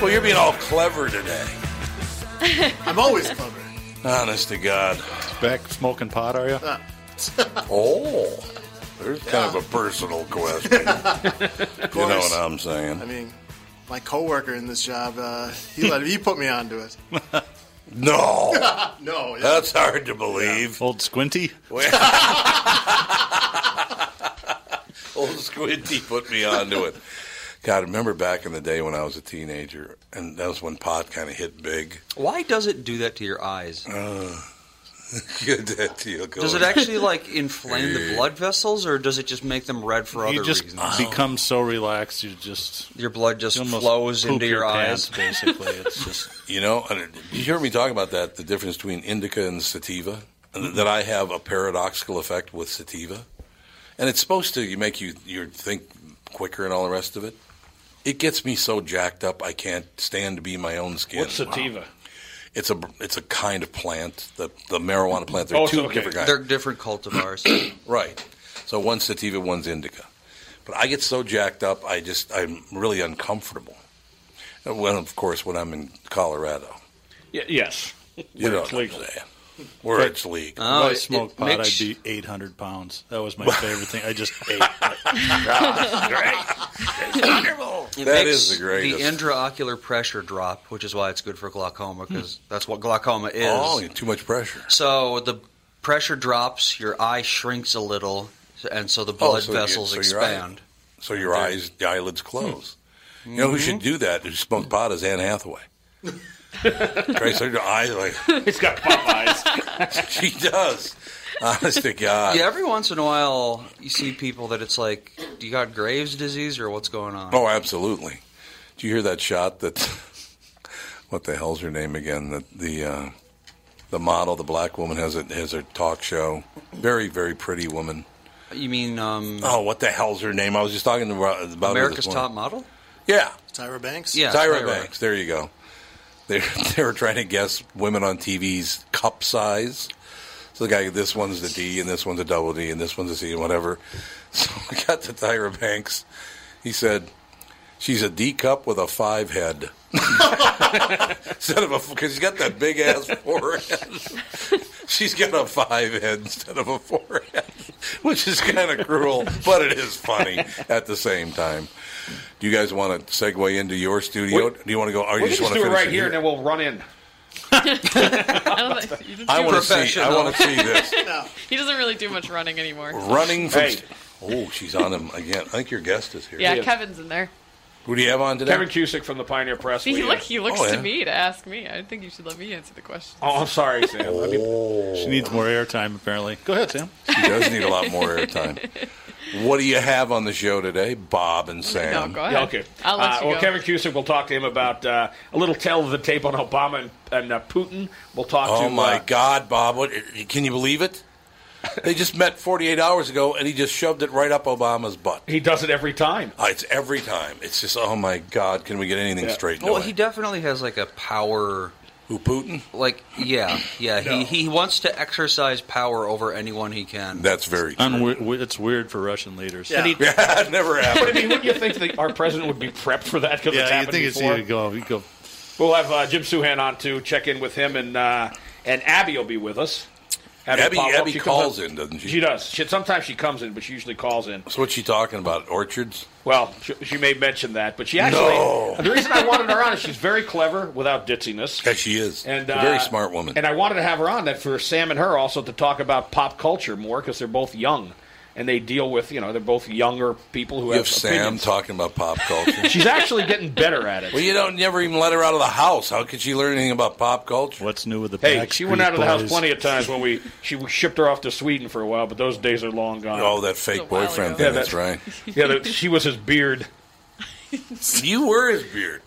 Well, you're being all clever today.
I'm always clever.
Honest to God.
Back smoking pot, are you?
Oh, there's kind of a personal question. you know
course.
what I'm saying?
I mean, my coworker in this job, uh, he let he put me onto it.
No,
no, yeah.
that's hard to believe.
Old Squinty?
Old Squinty put me onto it. God, I remember back in the day when I was a teenager, and that was when pot kind of hit big.
Why does it do that to your eyes?
Uh, Good that to you, go
does it
on.
actually like inflame the blood vessels, or does it just make them red for
you
other
just
reasons?
become so relaxed, you just
your blood just
you almost
flows
poop
into your,
pants,
eyes.
Basically, it's just
You know, and you hear me talk about that the difference between indica and sativa, and that I have a paradoxical effect with sativa. And it's supposed to make you you think quicker and all the rest of it. It gets me so jacked up I can't stand to be my own skin.
What's sativa?
It's a it's a kind of plant, the the marijuana plant. They're
Oh,
two
so- okay.
different kinds.
They're different cultivars.
right. So one's sativa, one's indica. But I get so jacked up, I just I'm really uncomfortable. Uh, Well, of course, when I'm in Colorado,
Y- yes.
You know what
it's
I'm
legal.
saying. where it's legal.
Oh,
When I smoked pot, I'd be 800 pounds. That was my favorite thing. I just ate.
It
That
makes
is the greatest.
The intraocular pressure drop, which is why it's good for glaucoma, because that's what glaucoma is.
Hmm. Oh, too much pressure.
So the pressure drops, your eye shrinks a little, and so the blood
Oh, so you-
vessels
so your eye-
expand.
so your eyes, the eyelids close. You
Mm-hmm.
know who should do that? Who smoked pot is Anne Hathaway. Christ, her eyes like
He's got pop eyes.
she does. Honest to God.
yeah, every once in a while you see people that it's like, do you got Graves' disease or what's going on?
Oh, absolutely. Do you hear that shot? That what the hell's her name again? That the uh, the model, the black woman, has a has a talk show. Very very pretty woman.
You mean um,
Oh, what the hell's her name? I was just talking about about her
America's
this
Top
morning.
Model?
Yeah,
Tyra Banks.
Yeah,
Tyra,
Tyra.
Banks. There you go. They they were trying to guess women on TV's cup size. So the guy, this one's the D, and this one's a double D, and this one's a C, and whatever. So we got to Tyra Banks. He said, "She's a D cup with a five head." instead of a because she's got that big ass forehead. she's got a five head instead of a forehead, which is kind of cruel, but it is funny at the same time. Do you guys want to segue into your studio? do you want to go? Or you
We can
just
just
want
do
to
it
finish
right
it
here, and then we'll run in.
I want to see. I want to see this
He doesn't really do much running anymore.
running from.
Hey.
Oh, she's on him again. I think your guest is here.
Yeah, Kevin's in there.
Who do you have on today?
Kevin Cusick from the Pioneer Press.
See, he,
We-
look, he looks
Oh, yeah.
to me to ask me. I think you should let me answer the question.
Oh, I'm sorry, Sam. I mean,
She needs more airtime, apparently. Go ahead, Sam.
Oh. She does need a lot more airtime. What do you have on the show today, Bob and Sam?
No, go ahead.
Um, Yeah, okay.
I'll let
Uh,
you
well,
go.
Kevin Cusick, we'll talk to him about uh, a little tale of the tape on Obama and, and uh, Putin. We'll talk to
Oh
uh,
my God, Bob! What can you believe it? They just met 48 hours ago, and he just shoved it right up Obama's butt.
He does it every time.
Uh, it's every time. It's just oh my God! Can we get anything straight?
Well, he definitely has like a power.
Who Putin?
Like, yeah, yeah.
No.
He he wants to exercise power over anyone he can.
That's very.
Unwe- it's weird for Russian leaders.
Yeah.
And he-
Yeah, it never
But I mean, wouldn't you think that our president would be prepped for that? Because
Yeah,
it's
you'd
happened
think it's
before.
easy to go- you go-
We'll have uh, Jim Suhan on to check in with him, and uh, and Abby will be with us.
Abby-
Powell.
Abby
comes
calls in, doesn't she?
She does. She, sometimes she comes in, but she usually calls in.
So what's she talking about? Orchards?
Well, she, she may mention that, but she actually.
No.
The reason I wanted her on is she's very clever without ditziness.
Yeah, she is.
And,
A
uh,
very smart woman.
And I wanted to have her on that for Sam and her also to talk about pop culture more because they're both young and they deal with you know they're both younger people who
You
have
have Sam
opinions.
talking about pop culture.
She's actually getting better at it.
Well, you don't never even let her out of the house. How could she learn anything about pop culture?
What's new with the
Hey, she went out of the house plenty of times when we she we shipped her off to Sweden for a while, but those days are long gone.
Oh, that fake boyfriend thing.
Yeah,
that's
that-
right.
Yeah, that, she was his beard.
you were his beard.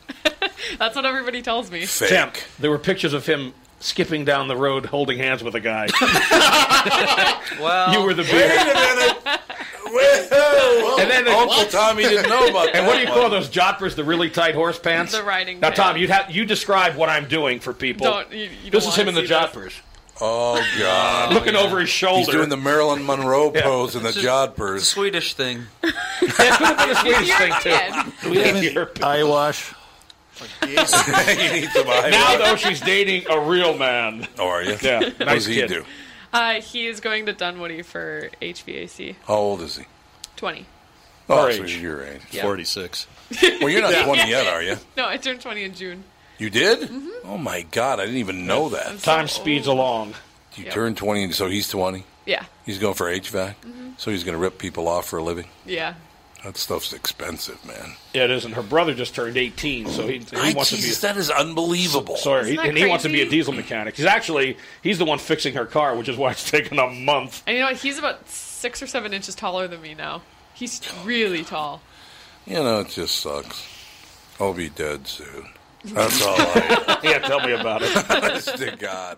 That's what everybody tells me.
Sam, there were pictures of him skipping down the road holding hands with a guy.
well,
Oh.
you were the beard.
and
then
Uncle Tommy didn't know about
And
that
what do you
one.
call those joppers? The really tight horse pants.
The riding
Now, Tom,
pants.
you have you describe what I'm doing for people.
Don't- you- you
this
don't
is him in the
wanna see this.
joppers.
Oh God!
Looking over his shoulder.
He's doing the Marilyn Monroe pose and the jodhpurs.
Swedish thing.
That could have been a Swedish thing too.
Do we have any eye wash?
you need some eye
Now
wash.
though, she's dating a real man.
Oh, are you?
Yeah,
What
nice
does he
kid.
do?
Uh, he is going to Dunwoody for HVAC.
How old is he?
20.
Oh,
Our
so
age.
your age.
Yeah. 46.
Well, you're not
Yeah.
20 yet, are you?
No, I turned 20 in June.
You did?
Mm-hmm.
Oh my God! I didn't even know that.
Time speeds along.
You
Yep.
turn 20, and so he's 20.
Yeah. Mm-hmm.
He's going for HVAC, so he's going to rip people off for a living.
Yeah.
That stuff's expensive, man.
Yeah, it isn't. Her brother just turned 18, so he, he
I-
wants
Jesus,
to be.
that is unbelievable.
Sorry, he,
Isn't that
and he wants to be a
crazy?
diesel mechanic. He's actually he's the one fixing her car, which is why it's taken a month.
And you know what? He's about six or seven inches taller than me now. He's really tall.
You know, it just sucks. I'll be dead soon. That's all I.
Yeah, tell me about it.
Honest to God.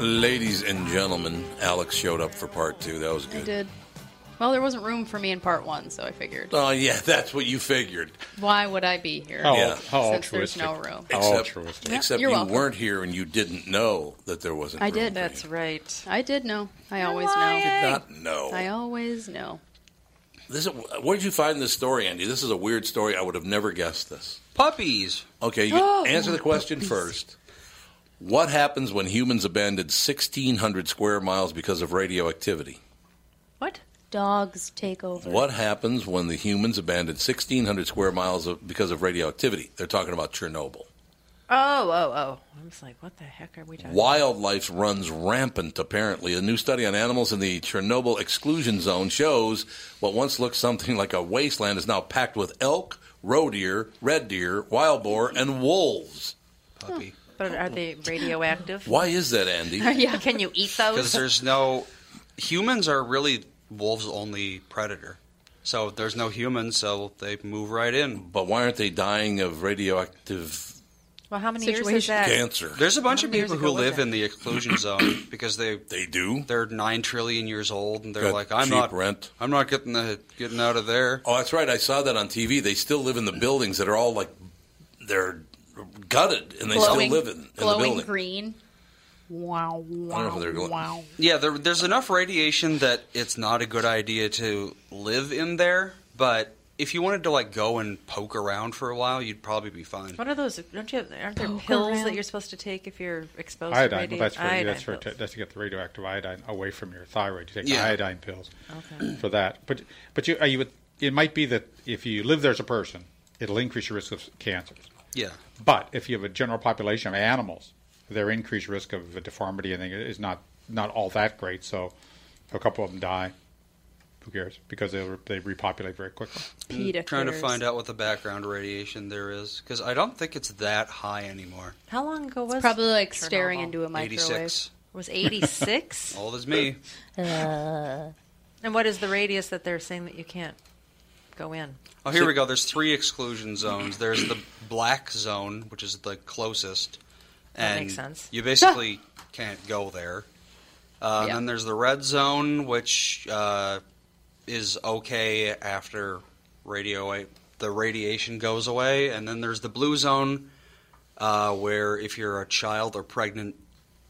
Ladies and gentlemen, Alex showed up for part two. That was good.
did. Well, there wasn't room for me in part one, so I figured.
Oh, yeah, that's what you figured.
Why would I be here?
yeah.
since there's no room.
Except, except
You're
you
welcome.
weren't here and you didn't know that there wasn't.
I
room.
did. That's right. I did know. I always know.
Did not know.
I always know.
This is, where did you find this story, Andy? This is a weird story. I would have never guessed this.
Puppies.
Okay, you
Oh,
answer the question first. What happens when humans abandon 1,600 square miles because of radioactivity?
What? Dogs take over.
What happens when the humans abandon 1,600 square miles of, because of radioactivity? They're talking about Chernobyl.
Oh, oh, oh. I was like, what the heck are we talking
Wildlife runs rampant, apparently. A new study on animals in the Chernobyl exclusion zone shows what once looked something like a wasteland is now packed with elk, roe deer, red deer, wild boar, and wolves. Puppy.
But are they radioactive?
Why is that, Andy?
yeah. Can you eat
Because
those?
there's no humans are really wolves' only predator. So there's no humans, so they move right in.
But why aren't they dying of radioactive
Well, how many years is
Situation.
that?
Cancer.
There's a bunch
How
of
many years
people who
ago was
live
that?
in the exclusion zone because they
they do.
They're nine trillion years old, and they're
Got
like, I'm
cheap
not
rent.
I'm not getting the getting out of there.
Oh, that's right. I saw that on TV. They still live in the buildings that are all like they're gutted, and they
Glowing-
still live in, in the
glowing
building.
green. Wow, wow,
I don't know if they're going-
wow.
Yeah, there, there's enough radiation that it's not a good idea to live in there. But if you wanted to like go and poke around for a while, you'd probably be fine.
What are those? Don't you have, aren't there
Poke
pills
around.
that you're supposed to take if you're exposed
iodine.
to radi-
Well, that's for,
iodine
that's for
pills?
that's to get the radioactive iodine away from your thyroid. You take
Yeah.
iodine pills
Okay.
for that. But but you, are you would- it might be that if you live there as a person, it'll increase your risk of cancers.
Yeah.
But if you have a general population of animals, their increased risk of a deformity and thing is not not all that great. So a couple of them die. Who cares? Because they they repopulate very quickly.
I'm Mm, trying to find out what the background radiation there is because I don't think it's that high anymore.
How long ago was
It's probably like
Chernobyl?
staring into a microwave.
86.
Was 86?
Old as me.
Uh,
and what is the radius that they're saying that you can't go in?
Oh, here we go. There's three exclusion zones. There's the black zone, which is the closest,
That
and
makes sense.
you basically can't go there. Uh,
Yeah.
Then there's the red zone, which uh, is okay after radio the radiation goes away, and then there's the blue zone, uh, where if you're a child or pregnant,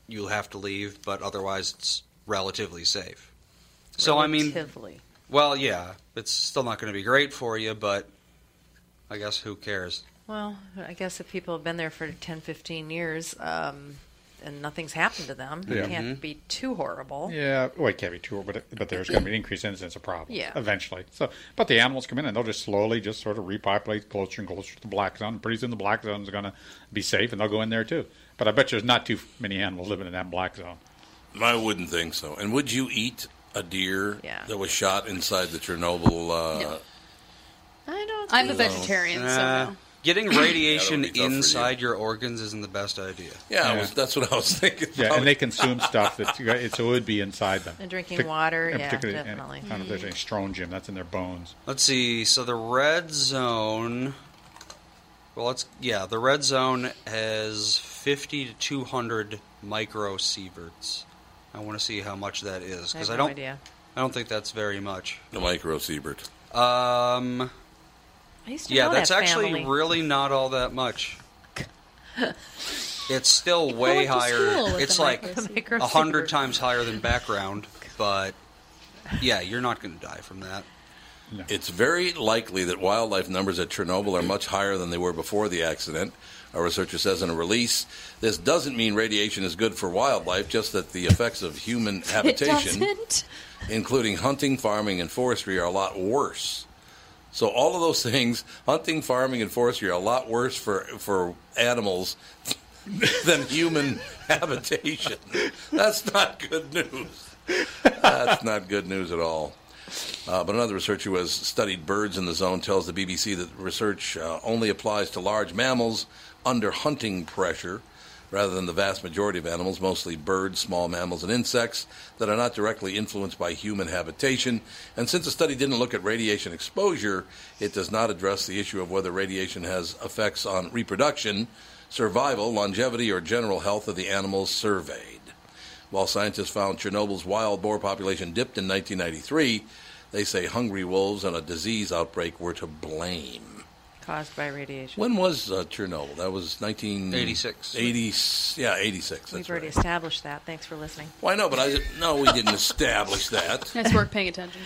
you'll have to leave, but otherwise it's relatively safe. So I mean,
Relatively.
well, yeah, it's still not going to be great for you, but I guess who cares?
Well, I guess if people have been there for 10, 15 years um, and nothing's happened to them,
Yeah.
it can't
Mm-hmm.
Mhm.
be too horrible.
Yeah, well, it can't be too, but it- but there's going to be an increased incidence of problems.
Yeah.
eventually. So, but the animals come in and they'll just slowly just sort of repopulate closer and closer to the black zone. Pretty soon, the black zone is going to be safe, and they'll go in there too. But I bet you there's not too many animals living in that black zone.
I wouldn't think so. And would you eat a deer that was shot inside the Chernobyl? Uh,
I don't. I'm a
think so.
vegetarian, so
Uh,
no.
Getting
Yeah,
radiation
that would be tough for
inside your organs isn't the best idea.
Yeah, I was- that's what I was thinking.
Yeah, and they consume stuff that's it would be inside them.
And drinking
Partic-
water,
and
yeah,
particularly- and
definitely. Mm-hmm.
I don't know if there's any strontium that's in their bones.
Let's see. So the red zone. Well, let's yeah. The red zone has 50 to 200 microsieverts. I want to see how much that is
I
because
have
I,
no
don't.
idea.
I don't think that's very much.
The microsievert.
Um.
I used to
Yeah,
know
that's
that
actually
family.
really not all that much. it's still way
went to school with
higher.
the
It's like
microsievert.
a hundred times higher than background, but yeah, you're not going to die from that.
It's very likely that wildlife numbers at Chernobyl are much higher than they were before the accident, a researcher says in a release. This doesn't mean radiation is good for wildlife, just that the effects of human habitation,
doesn't.
including hunting, farming, and forestry, are a lot worse. So all of those things, hunting, farming, and forestry, are a lot worse for for animals than human habitation. That's not good news. That's not good news at all. Uh, but another researcher who has studied birds in the zone tells the BBC that research uh, only applies to large mammals under hunting pressure rather than the vast majority of animals, mostly birds, small mammals, and insects, that are not directly influenced by human habitation. And since the study didn't look at radiation exposure, it does not address the issue of whether radiation has effects on reproduction, survival, longevity, or general health of the animals surveyed. While scientists found Chernobyl's wild boar population dipped in 1993, They say hungry wolves and a disease outbreak were to blame.
caused by radiation.
When was uh, Chernobyl? That was 1986. 80, yeah, 86.
We've
That's
already
right.
established that. Thanks for listening.
Well, I know, but I no, we didn't establish that.
Nice work paying attention.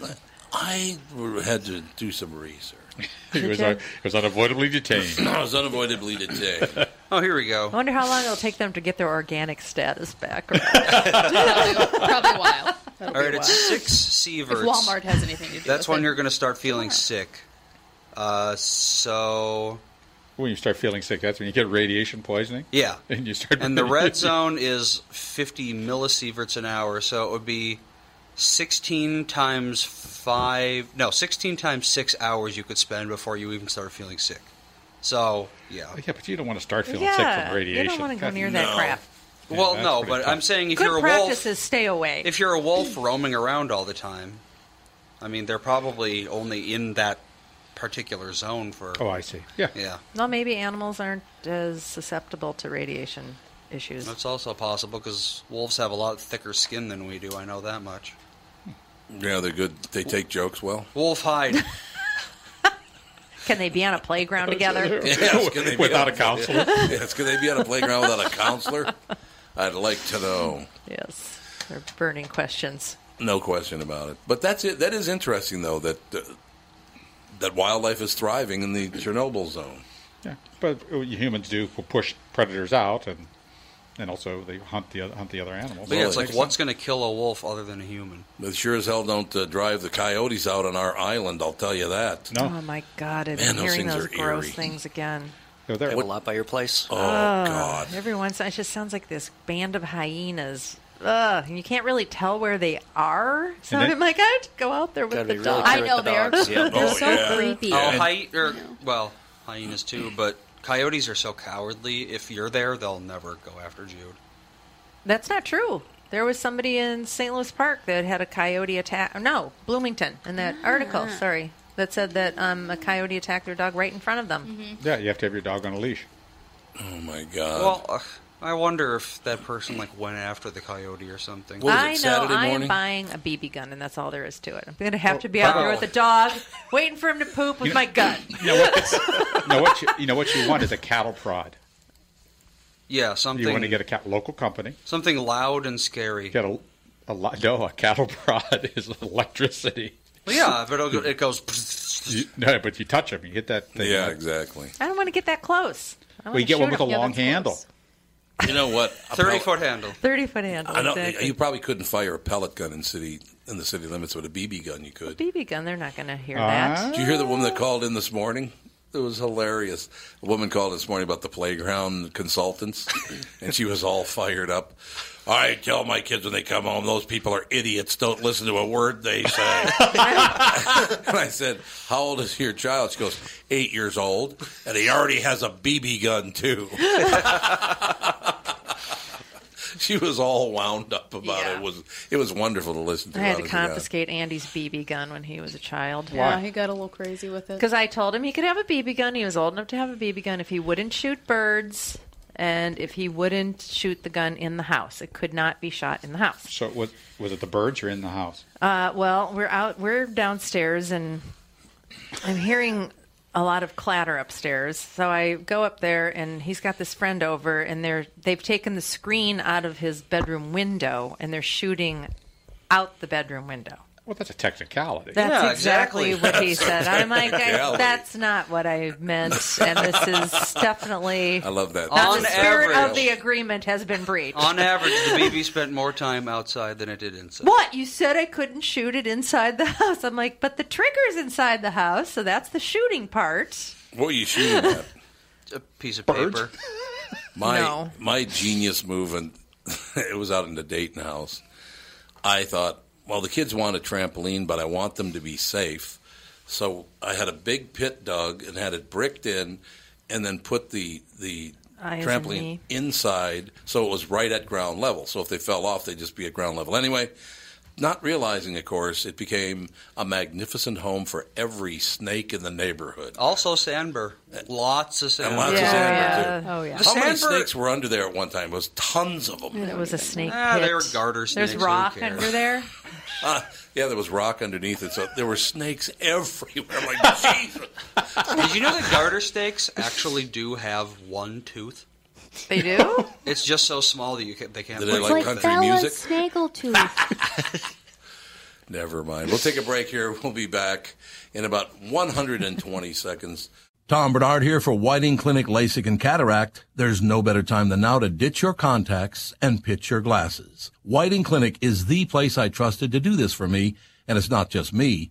I had to do some research.
He was, uh, he was unavoidably detained.
I was unavoidably detained.
Oh, here we go.
I wonder how long it'll take them to get their organic status back.
Probably a while. That'll
All
be
right,
a
it's
while.
six sieverts.
If Walmart has anything to do
That's
with
when you're going to start feeling sick. Uh, so
When you start feeling sick, that's when you get radiation poisoning.
Yeah.
And you start.
and the red zone is 50 millisieverts an hour, so it would be 16 times 5, no, 16 times 6 hours you could spend before you even start feeling sick. So, yeah.
Yeah, but you don't want to start feeling sick
Yeah,
from radiation.
you don't want to go
God,
near that
no.
crap.
Yeah,
well,
that's
no,
pretty
but
tough.
I'm saying if
Good
you're a wolf,
practices stay away.
if you're a wolf roaming around all the time, I mean, they're probably only in that particular zone for
Oh, I see. Yeah.
Yeah.
well, maybe animals aren't as susceptible to radiation issues.
That's also possible because wolves have a lot thicker skin than we do. I know that much.
Yeah, they're good. They take jokes well.
Wolf hide.
Can they be on a
Oh,
playground together?
Yes, can they be
Without
on-
a counselor.
yes, can they be on a playground without a counselor? I'd like to know.
Yes, they're burning questions.
No question about it. But that's it. That is interesting, though. That uh, that wildlife is thriving in the Chernobyl zone.
Yeah, but uh, humans do push predators out, and and also they hunt the other, hunt the other animals.
But yeah, it's like what's going to kill a wolf other than a human?
They sure as hell don't uh, drive the coyotes out on our island. I'll tell you that.
Oh my God! I've
Man,
been
those
hearing
things
those
are
gross
eerie.
things again.
They
What-
a lot by your place.
Oh
Ugh.
God!
Every once it just sounds like this band of hyenas. Ugh, and you can't really tell where they are. So
And it-
I'm like, I'd go out there with
Gotta
the
be really
dog.
clear I with know the they are. dogs, yeah.
They're
Oh,
so
yeah.
creepy.
Oh, hy- or, well, hyenas too, but coyotes are so cowardly. If you're there, they'll never go after Jude.
That's not true. There was somebody in St. Louis Park that had a coyote attack. No, Bloomington in that
Ah.
article. Sorry, that said that um, a coyote attacked their dog right in front of them.
Yeah, you have to have your dog on a leash.
Oh my God!
well, ugh, I wonder if that person like went after the coyote or something.
I know. I am buying a BB gun, and that's all there is to it. I'm going to have
Oh,
to be out
wow.
there with the dog, waiting for him to poop with my gun.
You know what? no, what you, you know what you want is a cattle prod.
Yeah, something.
You want to get a cat, local company.
something loud and scary.
Get a, a lot. No, a cattle prod is electricity.
Well, yeah, but it'll, go- it goes.
You, no, but you touch them, you hit that thing.
Yeah, exactly.
I don't want to get that close. I
Well, you
wanna
get one
shoot
with a
him.
long handle.
You know what? A
Thirty
pellet-
foot handle.
Thirty foot handle.
I don't.
exactly.
You probably couldn't fire a pellet gun in city in the city limits with a BB gun. You could.
BB gun. They're not going to hear that.
Did you hear the woman that called in this morning? It was hilarious. A woman called this morning about the playground consultants, and she was all fired up. All right, tell my kids when they come home, those people are idiots. Don't listen to a word they say. and I said, How old is your child? She goes, Eight years old, and he already has a BB gun, too. she was all wound up about it. it. Was It was wonderful to listen to.
I had to
honest God.
confiscate Andy's BB gun when he was a child.
Yeah, he got a little crazy with it.
Because I told him he could have a BB gun. He was old enough to have a BB gun if he wouldn't shoot birds and if he wouldn't shoot the gun in the house. It could not be shot in the house.
So was was it the birds or in the house?
Uh, well, we're out. We're downstairs, and I'm hearing a lot of clatter upstairs. So I go up there, and he's got this friend over, and they're they've taken the screen out of his bedroom window, and they're shooting out the bedroom window.
Well, that's a technicality.
That's exactly, what he said. I'm like, I,
Technicality.
that's not what I meant, and this is definitely
I love that.
not
On
the spirit
average.
of the agreement has been breached.
On average, the BB spent more time outside than it did inside.
What? You said I couldn't shoot it inside the house. I'm like, but the trigger's inside the house, so that's the shooting part.
What are you shooting at?
A piece of
Bird?
paper.
My
No.
my genius move, and it was out in the Dayton house. I thought, well, the kids want a trampoline, but I want them to be safe. So I had a big pit dug and had it bricked in, and then put the the
I as in
trampoline
me.
inside, so it was right at ground level. So if they fell off, they'd just be at ground level anyway. Not realizing, of course, it became a magnificent home for every snake in the neighborhood.
Also, sandbur. Lots of sandbur.
And lots of sandbur, too.
Oh, yeah.
How many snakes were under there at one time? It was tons of them.
It was a snake.
Ah,
pit.
they were garter snakes.
There's
Who
rock
cares?
under there.
Ah, yeah, there was rock underneath it, so there were snakes everywhere. I'm like, Jesus.
Did you know that garter snakes actually do have one tooth?
They do.
It's just so small that you can, they can't.
Do they
breathe
like
with it.
country music?
Snaggletooth.
Never mind. We'll take a break here. We'll be back in about 120 seconds. Tom Bernard here for Whiting Clinic LASIK and Cataract. There's no better time than now to ditch your contacts and pitch your glasses. Whiting Clinic is the place I trusted to do this for me, and it's not just me.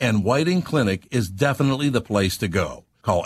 and Whiting Clinic is definitely the place to go. Call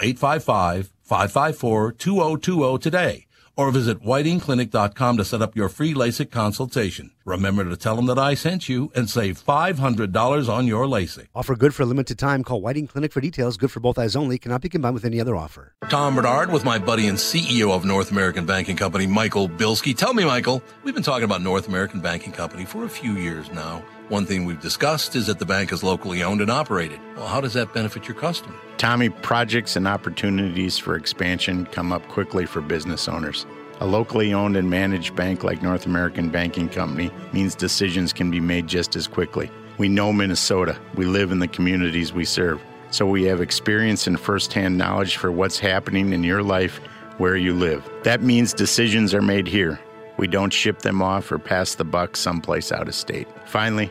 855-554-2020 today or visit whitingclinic.com to set up your free LASIK consultation. Remember to tell them that I sent you and save $500 on your LASIK.
Offer good for a limited time. Call Whiting Clinic for details. Good for both eyes only. Cannot be combined with any other offer.
Tom Bernard with my buddy and CEO of North American Banking Company, Michael Bilski. Tell me, Michael, we've been talking about North American Banking Company for a few years now. One thing we've discussed is that the bank is locally owned and operated. Well, how does that benefit your customer?
Tommy, projects and opportunities for expansion come up quickly for business owners. A locally owned and managed bank like North American Banking Company means decisions can be made just as quickly. We know Minnesota. We live in the communities we serve. So we have experience and firsthand knowledge for what's happening in your life where you live. That means decisions are made here. We don't ship them off or pass the buck someplace out of state. Finally,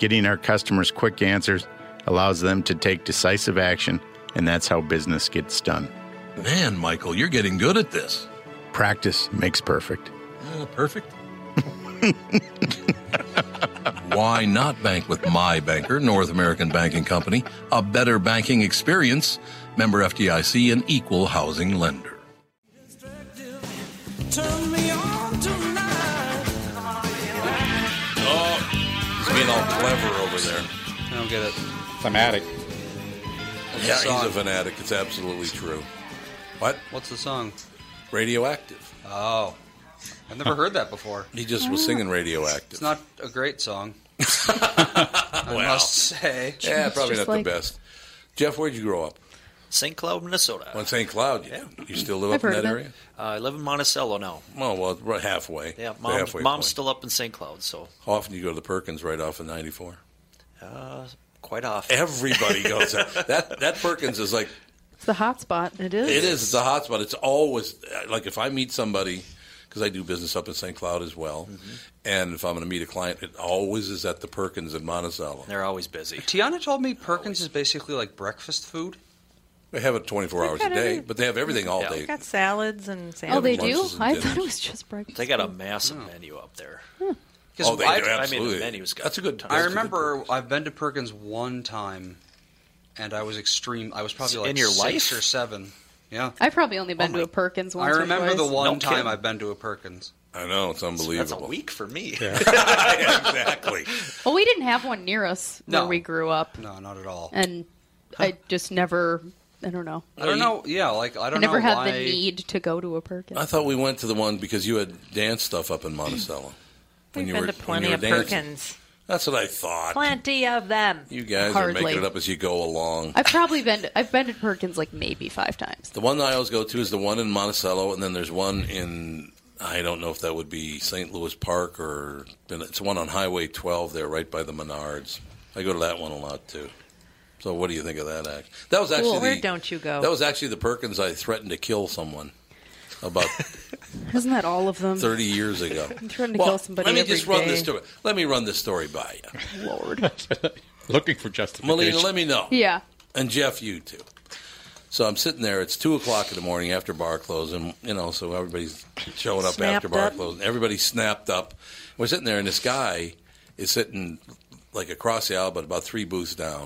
getting our customers quick answers allows them to take decisive action, and that's how business gets done.
Man, Michael, you're getting good at this.
Practice makes perfect.
Uh, perfect. Why not bank with my banker, North American Banking Company? A better banking experience, member FDIC, and equal housing lender.
Turn me on tonight.
Oh, he's being all clever over there.
I don't get it.
Thematic.
Yeah, he's a
song.
fanatic. It's absolutely true. What?
What's the song?
Radioactive.
Oh, I've never heard that before.
He just was singing radioactive.
It's not a great song. I must say.
Yeah, probably not the best. Jeff, where'd you grow up?
St. Cloud, Minnesota.
On St. Cloud. Yeah. You still live up in that area?
Uh, I live in Monticello now.
Oh, well, right halfway.
Yeah,
The
mom,
halfway
mom's
point.
still up in St. Cloud, so
How often do you go to the Perkins right off of 94?
uh, quite often.
Everybody goes there. That, that Perkins is like
It's the hot spot. It is.
It is. It's a hot spot. It's always like if I meet somebody, because I do business up in St. Cloud as well,
Mm-hmm.
and if I'm going to meet a client, it always is at the Perkins in Monticello.
They're always busy.
Tiana told me Perkins is basically like breakfast food.
They have it 24 hours a
got
day,
every-
but they have everything all
They
day.
got salads and sandwiches.
Oh, they do.
Lunches and
I
dinners.
thought it was just breakfast.
They got a massive menu up there.
Oh, they do,
I've- I mean, the
absolutely.
menu's got
That's a good.
tons.
I
That's a good
remember I've been to Perkins one time, and I was extreme. I was probably
In
like
your life?
six or seven. Yeah,
I've probably only been to a Perkins
I
once. or
remember the
twice.
one time
kidding.
I've been to a Perkins.
I know it's unbelievable.
That's a week for me.
exactly.
Well, we didn't have one near us
No.
where we grew up,
No, not at all.
and I just never. I don't know.
I don't know. Yeah, like I
I,
don't
never
know
had
why.
the need to go to a Perkins.
I thought we went to the one because you had dance stuff up in Monticello.
We've
you
been
were-
to
when you
plenty
were
of
dancing.
Perkins.
That's what I thought.
Plenty of them.
You guys are
Hardly.
making it up as you go along.
I've probably been. To, I've been to Perkins like maybe five times.
The one that I always go to is the one in Monticello, and then there's one in I don't know if that would be St. Louis Park or then it's one on Highway 12 there, right by the Menards. I go to that one a lot too. So what do you think of that act? That was actually
Cool. Where
the-
don't you go?
That was actually the Perkins I threatened to kill someone about
Isn't that all of them?
30 years ago.
I'm trying Um, to
Well,
kill somebody
Let me
every
just run this
day.
story. Let me run this story by you,
Lord.
Looking for justification.
Melina. Let me know.
Yeah.
And Jeff, you too. So I'm sitting there. It's two o'clock in the morning after bar close, and you know, so everybody's showing up
Snapped
after bar
up.
close. Everybody's snapped up. We're sitting there, and this guy is sitting like across the aisle, but about three booths down.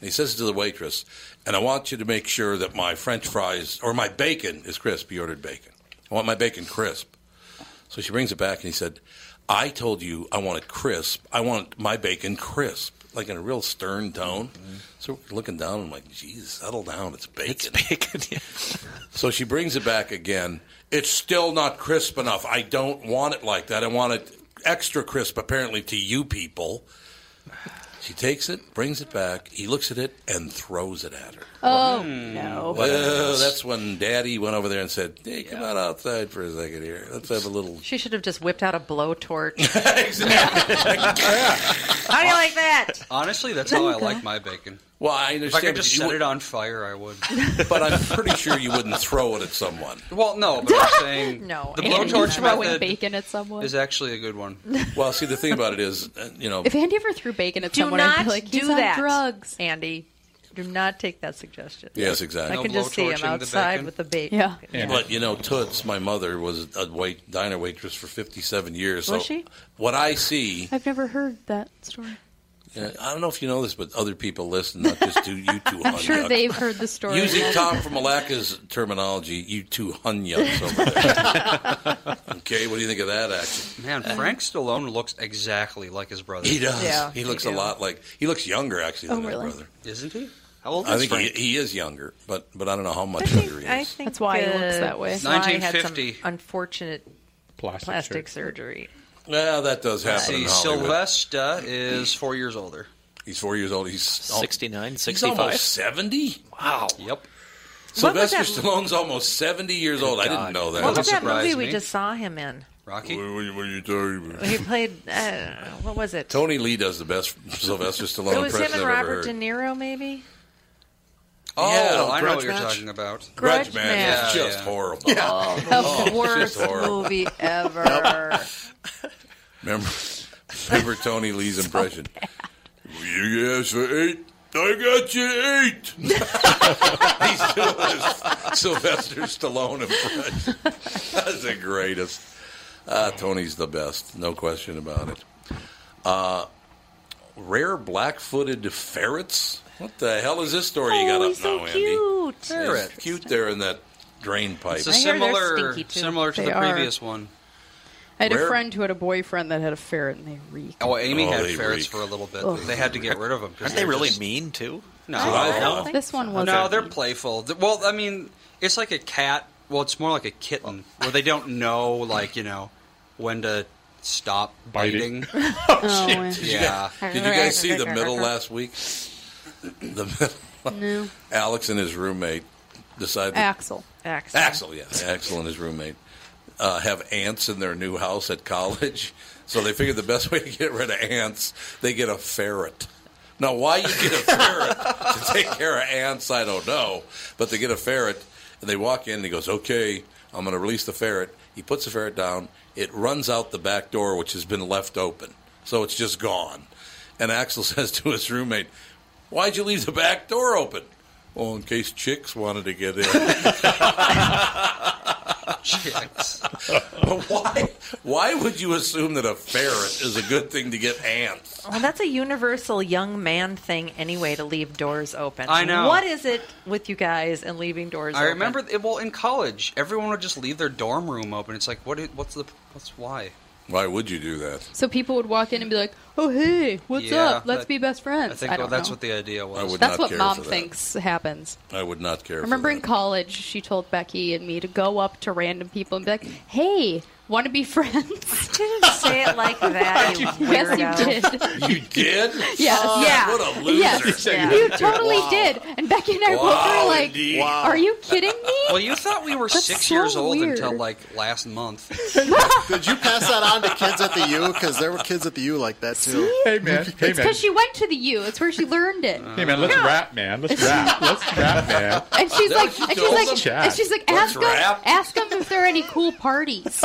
And he says to the waitress, "And I want you to make sure that my French fries or my bacon is crisp." He ordered bacon. I want my bacon crisp. So she brings it back, and he said, "I told you I want it crisp. I want my bacon crisp." Like in a real stern tone. So we're looking down, I'm like, "Geez, settle down. It's bacon." It's bacon. So she brings it back again. It's still not crisp enough. I don't want it like that. I want it extra crisp, apparently, to you people. She takes it, brings it back. He looks at it and throws it at her.
Oh no.
Well, that's when Daddy went over there and said, "Hey, come out outside for a second here. Let's have a little."
She should have just whipped out a blowtorch.
How
do you like that?
Honestly, that's how I like my bacon.
Well, I
If I
understand,
could
but
just
you
set
would-
it on fire, I would.
But I'm pretty sure you wouldn't throw it at someone.
Well, no, but I'm saying
No,
the
Andy
blowtorch
throwing
method
bacon at someone.
is actually a good one.
Well, see, the thing about it is, uh, you
Oh.
know,
if Andy ever threw bacon at
Do
someone, I'd
not
be like,
do
He's
that,
on drugs.
Andy. Do not take that suggestion.
Yes, exactly.
I can
No
just see
blowtorching
him
the
outside
bacon.
with the bait.
Yeah.
But you know, Toots, my mother was a wait, diner waitress for 57 years. So
Was she?
What I see,
I've never heard that story.
uh, I don't know if you know this, but other people listen, not just do you two.
I'm sure
hun yucks.
they've heard the story.
Using Tom from Malacca's terminology, you two hun yucks over there. okay, what do you think of that action? Uh,
Man, Frank Stallone looks exactly like his brother.
He does. he looks a lot like he looks younger actually
Oh,
than
really?
his brother.
Isn't he? How old
I
is
think he,
Frank?
he is younger, but but I don't know how much younger he is.
I think
That's why he looks
uh,
that way.
Sly had some
1950.
unfortunate
Plastic
plastic, surgery.
Well, that does happen.
See,
in Hollywood.
Sylvester is four years older.
He's four years old. He's
69,
He's almost seventy. Wow.
Yep.
What was
Sylvester
that-
Stallone's almost seventy years old. I didn't
God.
know that.
What was that movie we just saw him in?
Rocky?
What, what- what are you talking about?
He played. Uh, what was it?
Tony Lee does the best Sylvester Stallone
it was him
impression I've
and
ever heard.
Robert De Niro, maybe.
Oh,
Yeah,
I know
Grudge
what you're
Match?
talking about.
Grudge,
Grudge
Man
Match.
is
Yeah,
just
yeah.
horrible.
Yeah. Oh,
The
Oh, it's
worst
just horrible.
movie ever.
Remember, remember Tony Lee's impression. You asked for eight. I got you eight. He's doing his Sylvester Stallone impression. That's the greatest. Uh, Tony's the best, no question about it. Uh, rare black-footed ferrets. What the hell is this story you got
Oh,
up
he's so
now,
cute.
Andy? They're cute there in that drain pipe.
It's a similar, similar to
They
the
are.
previous one.
I had
Rare-
a friend who had a boyfriend that had a ferret, and they reeked.
Oh, Amy
Oh,
had
they
ferrets
reek.
for a little bit.
Ugh.
They had to get rid of them.
Aren't they really
mean too? No,
That's what I
no.
thought.
This one was
No, they're playful. Th- Well, I mean, it's like a cat. Well, it's more like a kitten, where they don't know, like you know, when to stop biting.
Oh,
Did you guys-
Yeah.
did you guys see the middle last week? The middle.
No.
Alex and his roommate decided.
Axel.
Axel.
Axel, yeah. Axel and his roommate uh, have ants in their new house at college. So they figured the best way to get rid of ants, they get a ferret. Now, why you get a ferret to take care of ants, I don't know. But they get a ferret, and they walk in, and he goes, okay, I'm going to release the ferret. He puts the ferret down. It runs out the back door, which has been left open. So it's just gone. And Axel says to his roommate, why'd you leave the back door open? Well, in case chicks wanted to get in. But why? Why would you assume that a ferret is a good thing to get ants?
Well, that's a universal young man thing anyway to leave doors open.
I know.
What is it with you guys and leaving doors
I
open?
remember. It, well, in college, everyone would just leave their dorm room open. It's like, what? i- What's the? What's why?
Why would you do that?
So people would walk in and be like, "Oh hey, what's
Yeah,
up? Let's
that-
be best friends."
I think
don't
that's
know.
what the idea was.
I would
that's
not
what
care
mom
for that.
thinks happens.
I would not care.
Remember
for
in college, she told Becky and me to go up to random people and be like, "Hey, want to be friends?" I didn't
say it like that, you
yes, you
weirdo.
did.
that. you did?
Yes.
Oh,
yeah.
What a loser!
Yes. You totally did. And Becky and I both
Wow,
were like,
indeed. Wow.
"Are you kidding me?"
Well, you thought we were
That's
six
so
years old
weird.
until like last month.
Did you pass that on to kids at the U? Because there were kids at the U like that too.
Hey man, hey
It's
man,
because she went to the U. It's where she learned it.
hey man, let's
No.
rap, man, let's rap, let's rap, man.
And she's like,
That's what
and
she
she's
told
like,
them.
and she's like,
Let's
ask them,
rap.
ask them if there are any cool parties.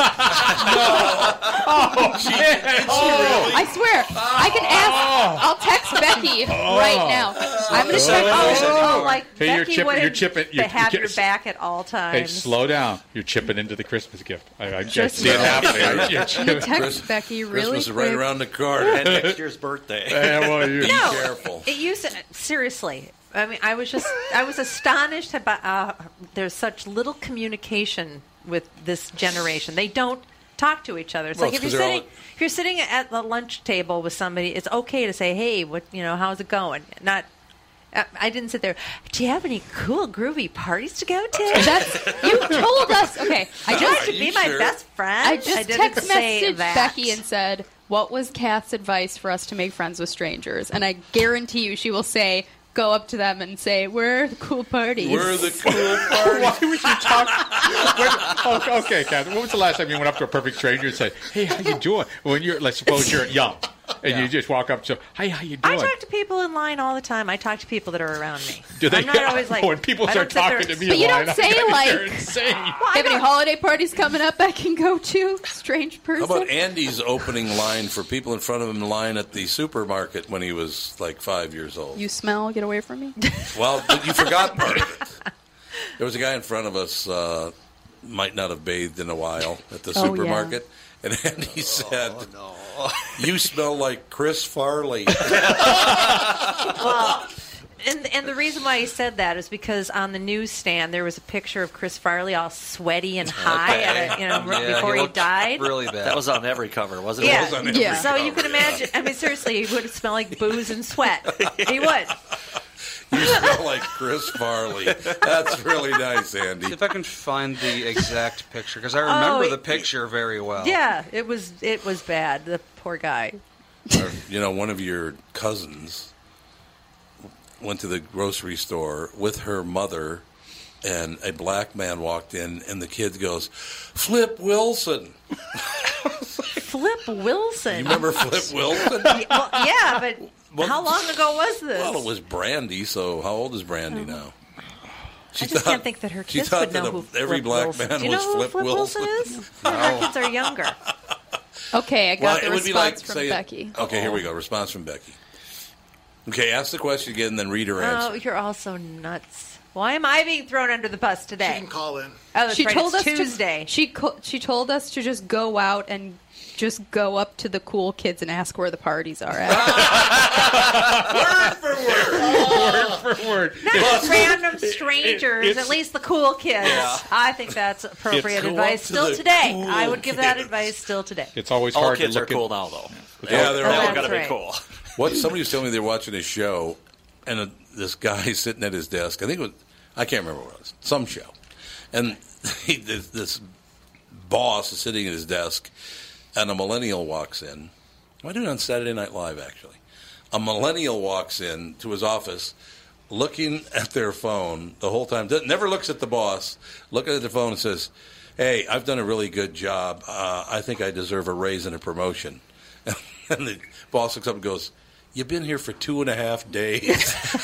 I swear, I can ask. I'll text Becky right now. I'm gonna
Oh.
check.
Oh,
Oh,
oh,
like
Hey, you're chipping, you're chipping, you're,
have
you're
your back at all all
Hey,
times.
slow down. You're chipping into the Christmas gift. I, I, I
Just
see it
wait.
happening.
You
You're chipping-
text Becky really
Christmas is right
quick.
around the corner.
And next
year's birthday.
Yeah, well, you-
Be
no,
careful.
It used to, seriously. I mean, I was just I was astonished about uh, there's such little communication with this generation. They don't talk to each other. It's
Well,
like if
it's
you're
'cause they're all-
sitting if you're sitting at the lunch table with somebody, it's okay to say, "Hey, what you know? How's it going?" Not. I- I didn't sit there. Do you have any cool, groovy parties to go to?
That's you told us. Okay, I
You
just
should be my best friend.
I just
I didn't
text
say
messaged
that.
Becky and said, "What was Kath's advice for us to make friends with strangers?" And I guarantee you, she will say, "Go up to them and say, where are the cool parties?'"
We're the cool
Why would you talk? When- oh, okay, Kathy. When was the last time you went up to a perfect stranger and said, "Hey, how you doing?" When you're, let's suppose you're young, and you just walk up to, "Hey, how you
I
doing?"
talk to people in line all the time. I talk to people that are around me.
Do they-
I'm not always like
When people
I don't
start
sit there-
talking to me
But you
Why
don't
not?
say
They're
like,
insane.
"Have any holiday parties coming up I can go to?" Strange
How
person.
about Andy's opening line for people in front of him in line at the supermarket when he was like five years old?
you smell. Get away from me.
Well, but you forgot part of it. There was a guy in front of us, uh, might not have bathed in a while at the
Oh, yeah. Oh,
supermarket. And Andy said, You smell like Chris Farley.
well, "Oh." and and the reason why he said that is because on the newsstand there was a picture of Chris Farley all sweaty and high, at a, you know, r- before he,
looked
died.
Really bad. That was on every cover, wasn't it?
Yeah, So you can imagine. I mean, seriously, he would smell like booze and sweat. He would.
You smell like Chris Farley. That's really nice, Andy.
See if I can find the exact picture because I remember
Oh,
the
it-
picture very well.
Yeah, it was it was bad. The poor guy.
Or, you know, one of your cousins went to the grocery store with her mother, and a black man walked in, and the kid goes, Flip Wilson.
Flip Wilson.
You remember Flip Wilson?
Yeah, well, yeah, but
Well,
how long ago was this?
Well, it was Brandy. So how old is Brandy now? She
I just can't think that her
she
kids
thought
would know
that a-
who
every
Flip
black
Wilson.
man
Do you
was
know who
Flip,
Flip
Wilson.
is? Our kids are younger.
Okay, I got
Well,
the
it would
response
be like
from
say-
Becky.
Okay, here we go. Response from Becky. Okay, ask the question again, then read her
Oh,
answer.
you're also nuts. Why am I being thrown under the bus today? She can
call in.
Oh, that's
she
right.
told
it's
us
Tuesday.
To, she co- she told us to just go out and just go up to the cool kids and ask where the parties are at.
word for word.
Not just random strangers,
it's-
at least the cool kids.
Yeah.
I think that's appropriate
It's go
advice
up to
still
the
today.
cool
I would give that
kids.
advice still today.
It's always
All
hard
kids
to
are
look
cool
at,
now, though.
It's
Yeah,
all-
they're
Oh,
all
that's
gotta be
right.
cool. What? Somebody was telling me they were watching a show, and a, this guy sitting at his desk. I think it was, I can't remember what it was. Some show, and he, this, this boss is sitting at his desk, and a millennial walks in. I do it on Saturday Night Live, actually. A millennial walks in to his office, looking at their phone the whole time. Doesn't- Never looks at the boss. Looking at the phone and says, "Hey, I've done a really good job. Uh, I think I deserve a raise and a promotion." And the boss looks up and goes, "You've been here for two and a half days."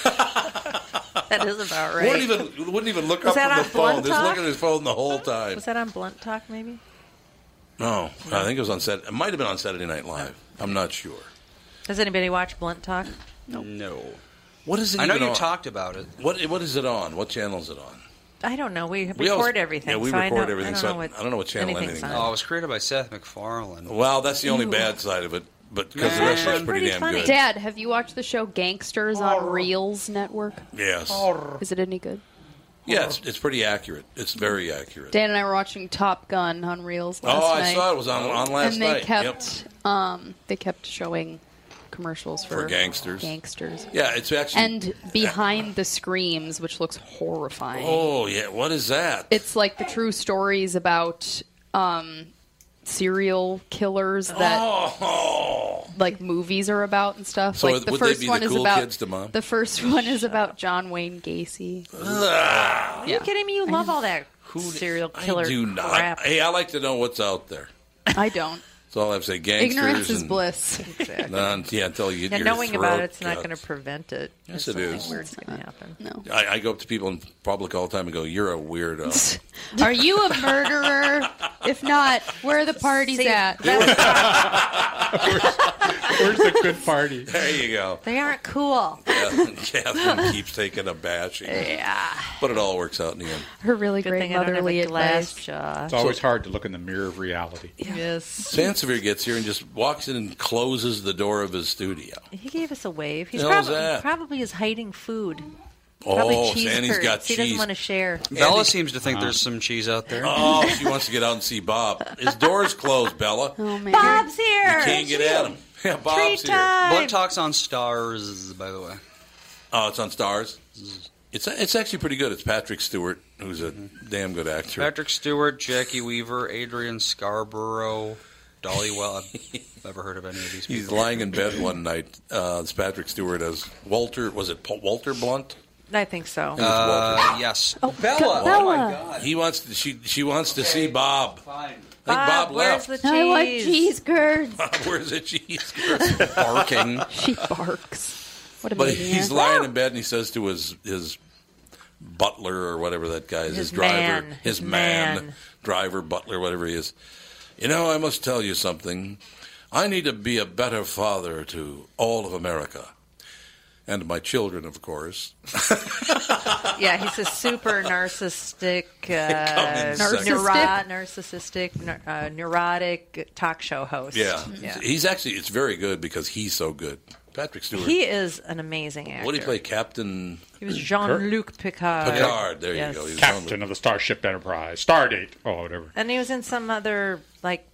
That is about right.
wouldn't even wouldn't even look
Was
up
that
from
on
the phone.
Blunt
Just
Talk?
looking at his phone the whole time.
Was that on Blunt Talk, maybe?
No, I think it was on set. It might have been on Saturday Night Live. I'm not sure.
Does anybody watch Blunt Talk?
No. What is it?
I know
even
you
on?
talked about it.
What What is it on? What channel is it on?
I don't know. We record
We always-
everything.
yeah, we
so I
record
don't-
everything,
I don't
so I-
know what,
I don't know what channel
anything's
anything's
Oh,
on.
it was created by Seth MacFarlane.
Well, that's the only
Ooh.
bad side of it, but because the rest of it's pretty, damn good.
Dad, have you watched the show Gangsters on Reels Network?
Yes.
Is it any good?
Yeah, it's, it's pretty accurate. It's very accurate.
Dan and I were watching Top Gun on Reels
Oh,
last
I
night.
saw it was on- on last
and they
night,
kept um, they kept showing commercials for,
For gangsters.
Gangsters.
Yeah, it's actually-
and behind the screams, which looks horrifying.
Oh yeah, what is that?
It's like the true stories about um, serial killers that like movies are about and stuff.
So
like
it-
the
would they
first
be the
one is
cool
about
kids to mom?
the first one is about John Wayne Gacy.
Are
you kidding me? You love all that serial killer
I do not.
crap.
Hey, I like to know what's out there.
I don't.
That's all I have to say. Gangsters
Ignorance is
and
bliss.
non- yeah, until you.
Yeah,
your
knowing about
throat
it's not
cuts.
going to prevent it.
Yes,
if
it
something
is.
Weird's going to happen.
No.
I, I go up to people in public all the time and go, "You're a weirdo."
Are you a murderer? if not, where are the parties at?
Where's the good party?
There you go.
They aren't cool.
Yeah, Catherine keeps taking a bashing.
Yeah.
But it all works out in the end.
Her really
Good
great
thing I don't have a
motherly
glass
advice.
jaw.
It's always hard to look in the mirror of reality.
Yes.
Sansevier gets here and just walks in and closes the door of his studio.
He gave us a wave. He's
The hell's
probably,
that?
probably is hiding food.
Oh,
probably cheese
Sandy's
curds.
got
He doesn't
cheese.
want to share.
Bella seems to think there's some cheese out there.
Oh, she wants to get out and see Bob. His door's closed, Bella. You
Bob's here.
can't get at him. Yeah, Bob's
Tree
here.
time.
Blood Talk's on Stars, by the way.
Oh, it's on Stars. It's it's actually pretty good. It's Patrick Stewart, who's a damn good actor.
Mm-hmm. Patrick Stewart, Jackie Weaver, Adrian Scarborough, Dolly Well. I've never heard of any of these people.
He's lying in bed one night. Uh, it's Patrick Stewart as Walter. Was it Paul, Walter Blunt?
I think so.
Uh, yes.
Oh,
Bella.
Oh my God. He wants to, she she wants to see Bob. Fine. I think Bob, left.
I want cheese curds.
Where's the cheese curds? Barking.
She barks. What a
But
maniac.
he's lying in bed and he says to his his butler or whatever that guy is, his,
His
driver,
man.
his
His
man,
man.
driver, butler, whatever he is. You know, I must tell you something. I need to be a better father to all of America. And my children, of course.
Uh, yeah, he's a super narcissistic,
Come
uh,
in second.
neuro- narcissistic, ner- uh, neurotic talk show host.
Yeah.
yeah.
He's actually, it's very good because he's so good. Patrick Stewart.
He is an amazing actor.
what did he play? Captain
He was Jean Luc Picard.
Picard. There
Yes.
you go. He was on
Captain of the Starship Enterprise, Stardate, oh whatever.
And he was in some other like.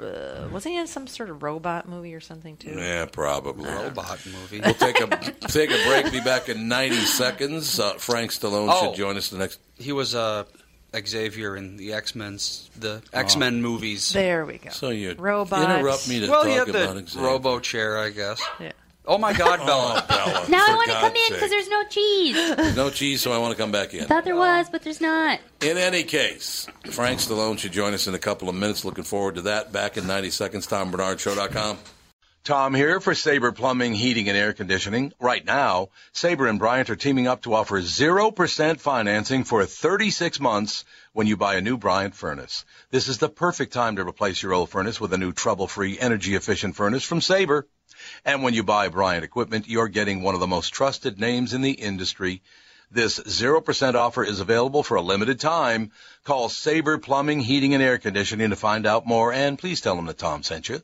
Uh, wasn't he in some sort of robot movie or something too?
Yeah, probably.
Robot movie.
We'll take a take a break. Be back in ninety seconds. Uh, Frank Stallone
Oh.
should join us the next.
He was uh, Xavier in the X Men's the X Men movies.
There we go.
Oh. So you
Robots.
interrupt me to
well,
talk
you have
about
the
Xavier.
Robo chair, I guess.
Yeah.
Oh my God, Bella!
Bella,
Now
for
I want to
God's
come in because
sake.
there's no cheese.
There's no cheese, so I want to come back in.
Thought there was, but there's not.
In any case, Frank Stallone should join us in a couple of minutes. Looking forward to that. Back in 90 seconds, TomBernardShow.com. Tom here for Sabre Plumbing, Heating, and Air Conditioning. Right now, Sabre and Bryant are teaming up to offer 0% financing for 36 months when you buy a new Bryant furnace. This is the perfect time to replace your old furnace with a new trouble-free, energy-efficient furnace from Sabre. And when you buy Bryant equipment, you're getting one of the most trusted names in the industry. This 0% offer is available for a limited time. Call Sabre Plumbing, Heating, and Air Conditioning to find out more, and please tell them that Tom sent you.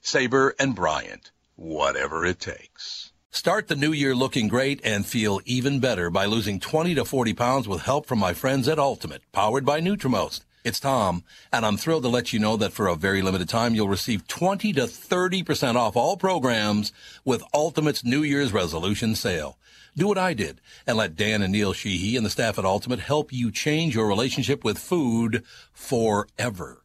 Sabre and Bryant, whatever it takes. Start the new year looking great and feel even better by losing 20 to 40 pounds with help from my friends at Ultimate, powered by Nutrimost. It's Tom, and I'm thrilled to let you know that for a very limited time, you'll receive 20 to 30% off all programs with Ultimate's New Year's resolution sale. Do what I did and let Dan and Neil Sheehy and the staff at Ultimate help you change your relationship with food forever.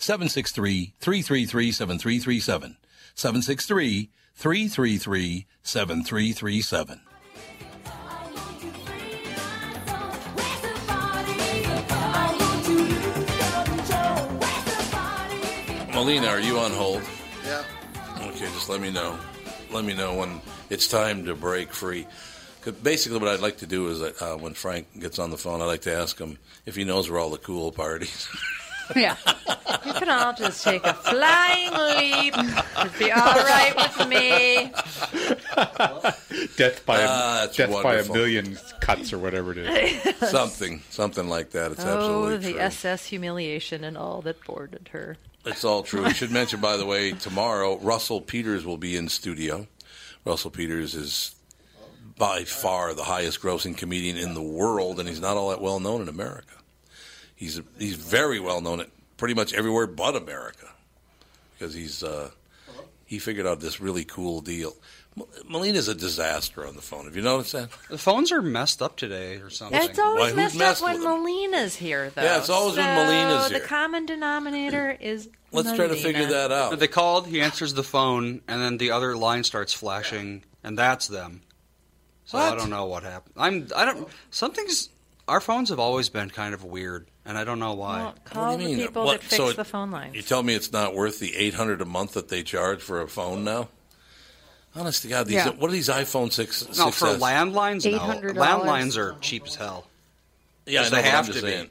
763-333-7337. 763-333-7337. Molina, are you on hold?
Yeah.
Okay, just let me know. Let me know when it's time to break free. 'Cause Basically, what I'd like to do is uh, when Frank gets on the phone, I'd like to ask him if he knows where all the cool parties.
Yeah. you can all just take a flying leap. It'd be all right with me.
Death by a,
Ah, that's
death
wonderful.
by a million cuts or whatever it is.
something, something like that. It's
oh,
absolutely
the
true.
SS humiliation and all that boarded her.
It's all true. I should mention, by the way, tomorrow Russell Peters will be in studio. Russell Peters is by far the highest grossing comedian in the world, and he's not all that well known in America. He's he's very well known at pretty much everywhere but America because he's uh, he figured out this really cool deal. M- Melina's a disaster on the phone. Have you noticed that?
The phones are messed up today or something.
It's always
Why, who's
messed
messed
up when
with them?
Molina's here, though.
Yeah, it's always when
So
Molina's
The
here.
common denominator is. Molina.
They called, he answers the phone, and then the other line starts flashing, and that's them. So I
What?
don't know what happened. I'm I don't something's our phones have always been kind of weird, and I don't know why.
Well, call
you
the
mean?
people
What-
that fix
so it-
the phone line.
You tell me it's not worth the eight hundred a month that they charge for a phone now. Honest to God, these
Yeah.
what are these iPhone six?
No, for landlines, no.
$800.
Landlines are cheap as hell.
Yeah, I
Because
know,
they
but I'm
have
just
to be.
saying,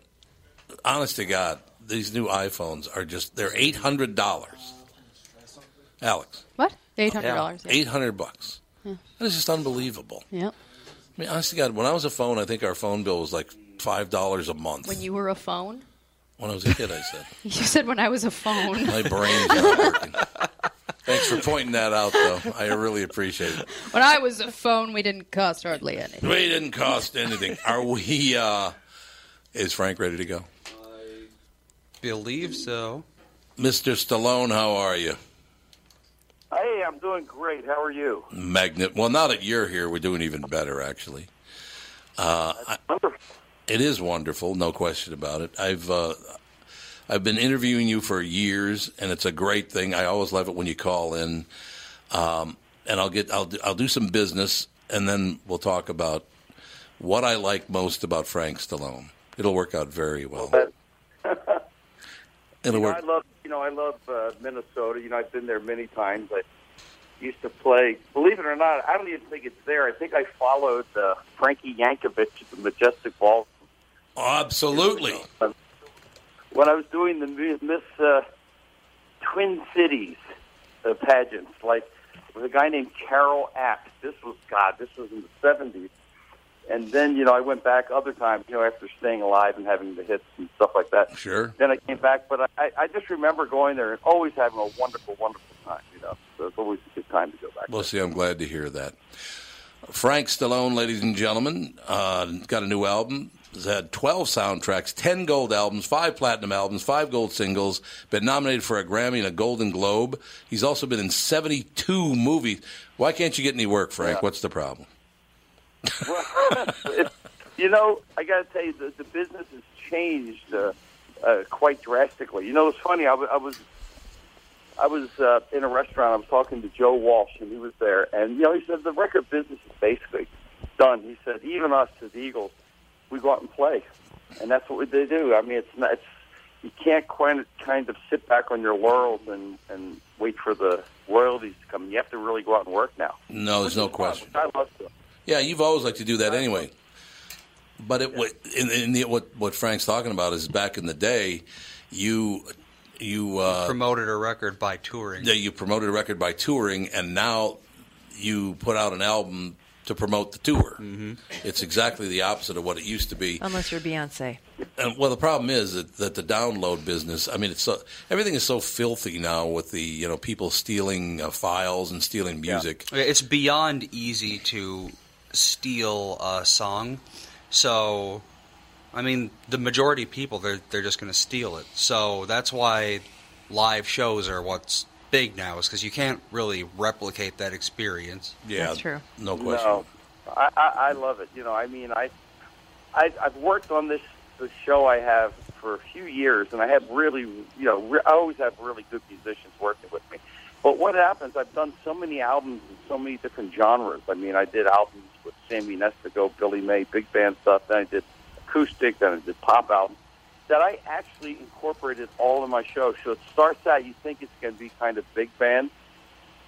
Honest to God, these new iPhones are just—they're eight hundred dollars. Alex,
What? Eight hundred dollars.
eight hundred bucks. That is just unbelievable.
Yep.
I mean, honest to God, when I was a phone, I think our phone bill was like five dollars a month.
When you were a phone,
When I was a kid, I said.
you said when I was a phone.
My brain's not working. Thanks for pointing that out, though. I really appreciate it.
when I was a phone, we didn't cost hardly anything.
We didn't cost anything. Are we? uh Is Frank ready to go?
Believe so.
Mr. Stallone, how are you?
Hey, I'm doing great. How are you?
Magnet. Well, now that you're here, we're doing even better, actually. Uh, I- it is wonderful, no question about it. I've uh, I've been interviewing you for years, and it's a great thing. I always love it when you call in, um, and I'll get I'll do- I'll do some business, and then we'll talk about what I like most about Frank Stallone. It'll work out very well. It'll
You know,
work.
I love you know I love uh, Minnesota. You know I've been there many times. I used to play. Believe it or not, I don't even think it's there. I think I followed uh, Frankie Yankovic at the Majestic Ball
Absolutely.
when I was doing the Miss Miss, uh, Twin Cities uh, pageants. Like with a guy named Carol App. This was God. This was in the seventies. And then you know I went back other times. You know after staying alive and having the hits and stuff like that.
Sure.
Then I came back, but I, I just remember going there and always having a wonderful, wonderful time. You know, so it's always a good time to go back.
Well, see, I'm glad to hear that. Frank Stallone, ladies and gentlemen, uh, got a new album. Has had 12 soundtracks, 10 gold albums, 5 platinum albums, 5 gold singles, been nominated for a Grammy and a Golden Globe. He's also been in 72 movies. Why can't you get any work, Frank?
Yeah.
What's the problem?
you know, I got to tell you, the, the business has changed uh, uh, quite drastically. You know, it's funny. I wa- I was, I was uh, in a restaurant. I was talking to Joe Walsh, and he was there. And you know, he said the record business is basically done. He said even us as Eagles, we go out and play, and that's what we- they do. I mean, it's not. It's, you can't kind of, kind of sit back on your laurels and, and wait for the royalties to come. You have to really go out and work now.
No, there's no question.
I love to.
Yeah, you've always liked to do that anyway. But it, what, in, in the, what, what Frank's talking about is back in the day, you you uh,
promoted a record by touring.
Yeah, you promoted a record by touring, and now you put out an album to promote the tour. Mm-hmm. It's exactly the opposite of what it used to be.
Unless you're Beyonce.
And well, the problem is that, that the download business. I mean, it's so, everything is so filthy now with the you know people stealing uh, files and stealing music.
Okay, It's beyond easy to steal a song. So, I mean, the majority of people they're they're just going to steal it. So that's why live shows are what's big now is because you can't really replicate that experience.
Yeah,
That's true.
No
No, I, I, I love it. You know, I mean, I, I I've worked on this the show I have for a few years, and I have really, you know, re- I always have really good musicians working with me. But what happens? I've done so many albums in so many different genres. I mean, I did albums with Sammy Nestigo, Billy May, big band stuff. Then I did acoustic. Then I did pop albums. That I actually incorporated all in my show. So it starts out, you think it's going to be kind of big band,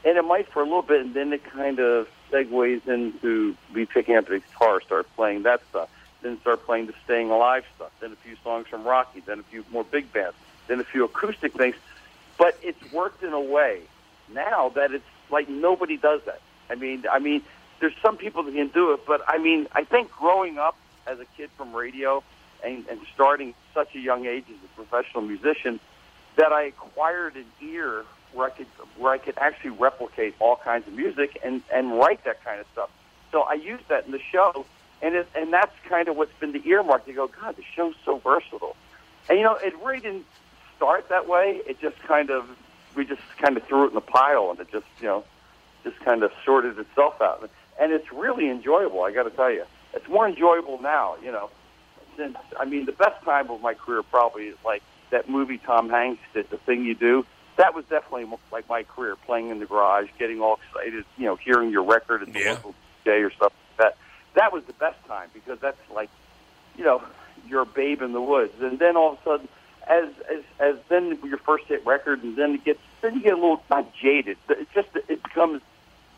and it might for a little bit, and then it kind of segues into me picking up the guitar, start playing that stuff, then start playing the Staying Alive stuff, then a few songs from Rocky, then a few more big bands, then a few acoustic things. But it's worked in a way now that it's like nobody does that. I mean, I mean, there's some people that can do it, but I mean, I think growing up as a kid from radio and, and starting at such a young age as a professional musician, that I acquired an ear where I could where I could actually replicate all kinds of music and and write that kind of stuff. So I used that in the show, and it, and that's kind of what's been the earmark. They go, God, the show's so versatile, and you know it really didn't start that way. It just kind of we just kind of threw it in the pile, and it just you know just kind of sorted itself out. And it's really enjoyable. I got to tell you, it's more enjoyable now. You know, since I mean, the best time of my career probably is like that movie Tom Hanks did, The Thing You Do. That was definitely m- like my career, playing in the garage, getting all excited, you know, hearing your record at the local day or stuff like that. That was the best time because that's like, you know, your babe in the woods. And then all of a sudden, as as as then your first hit record, and then it gets then you get a little not jaded. It just it becomes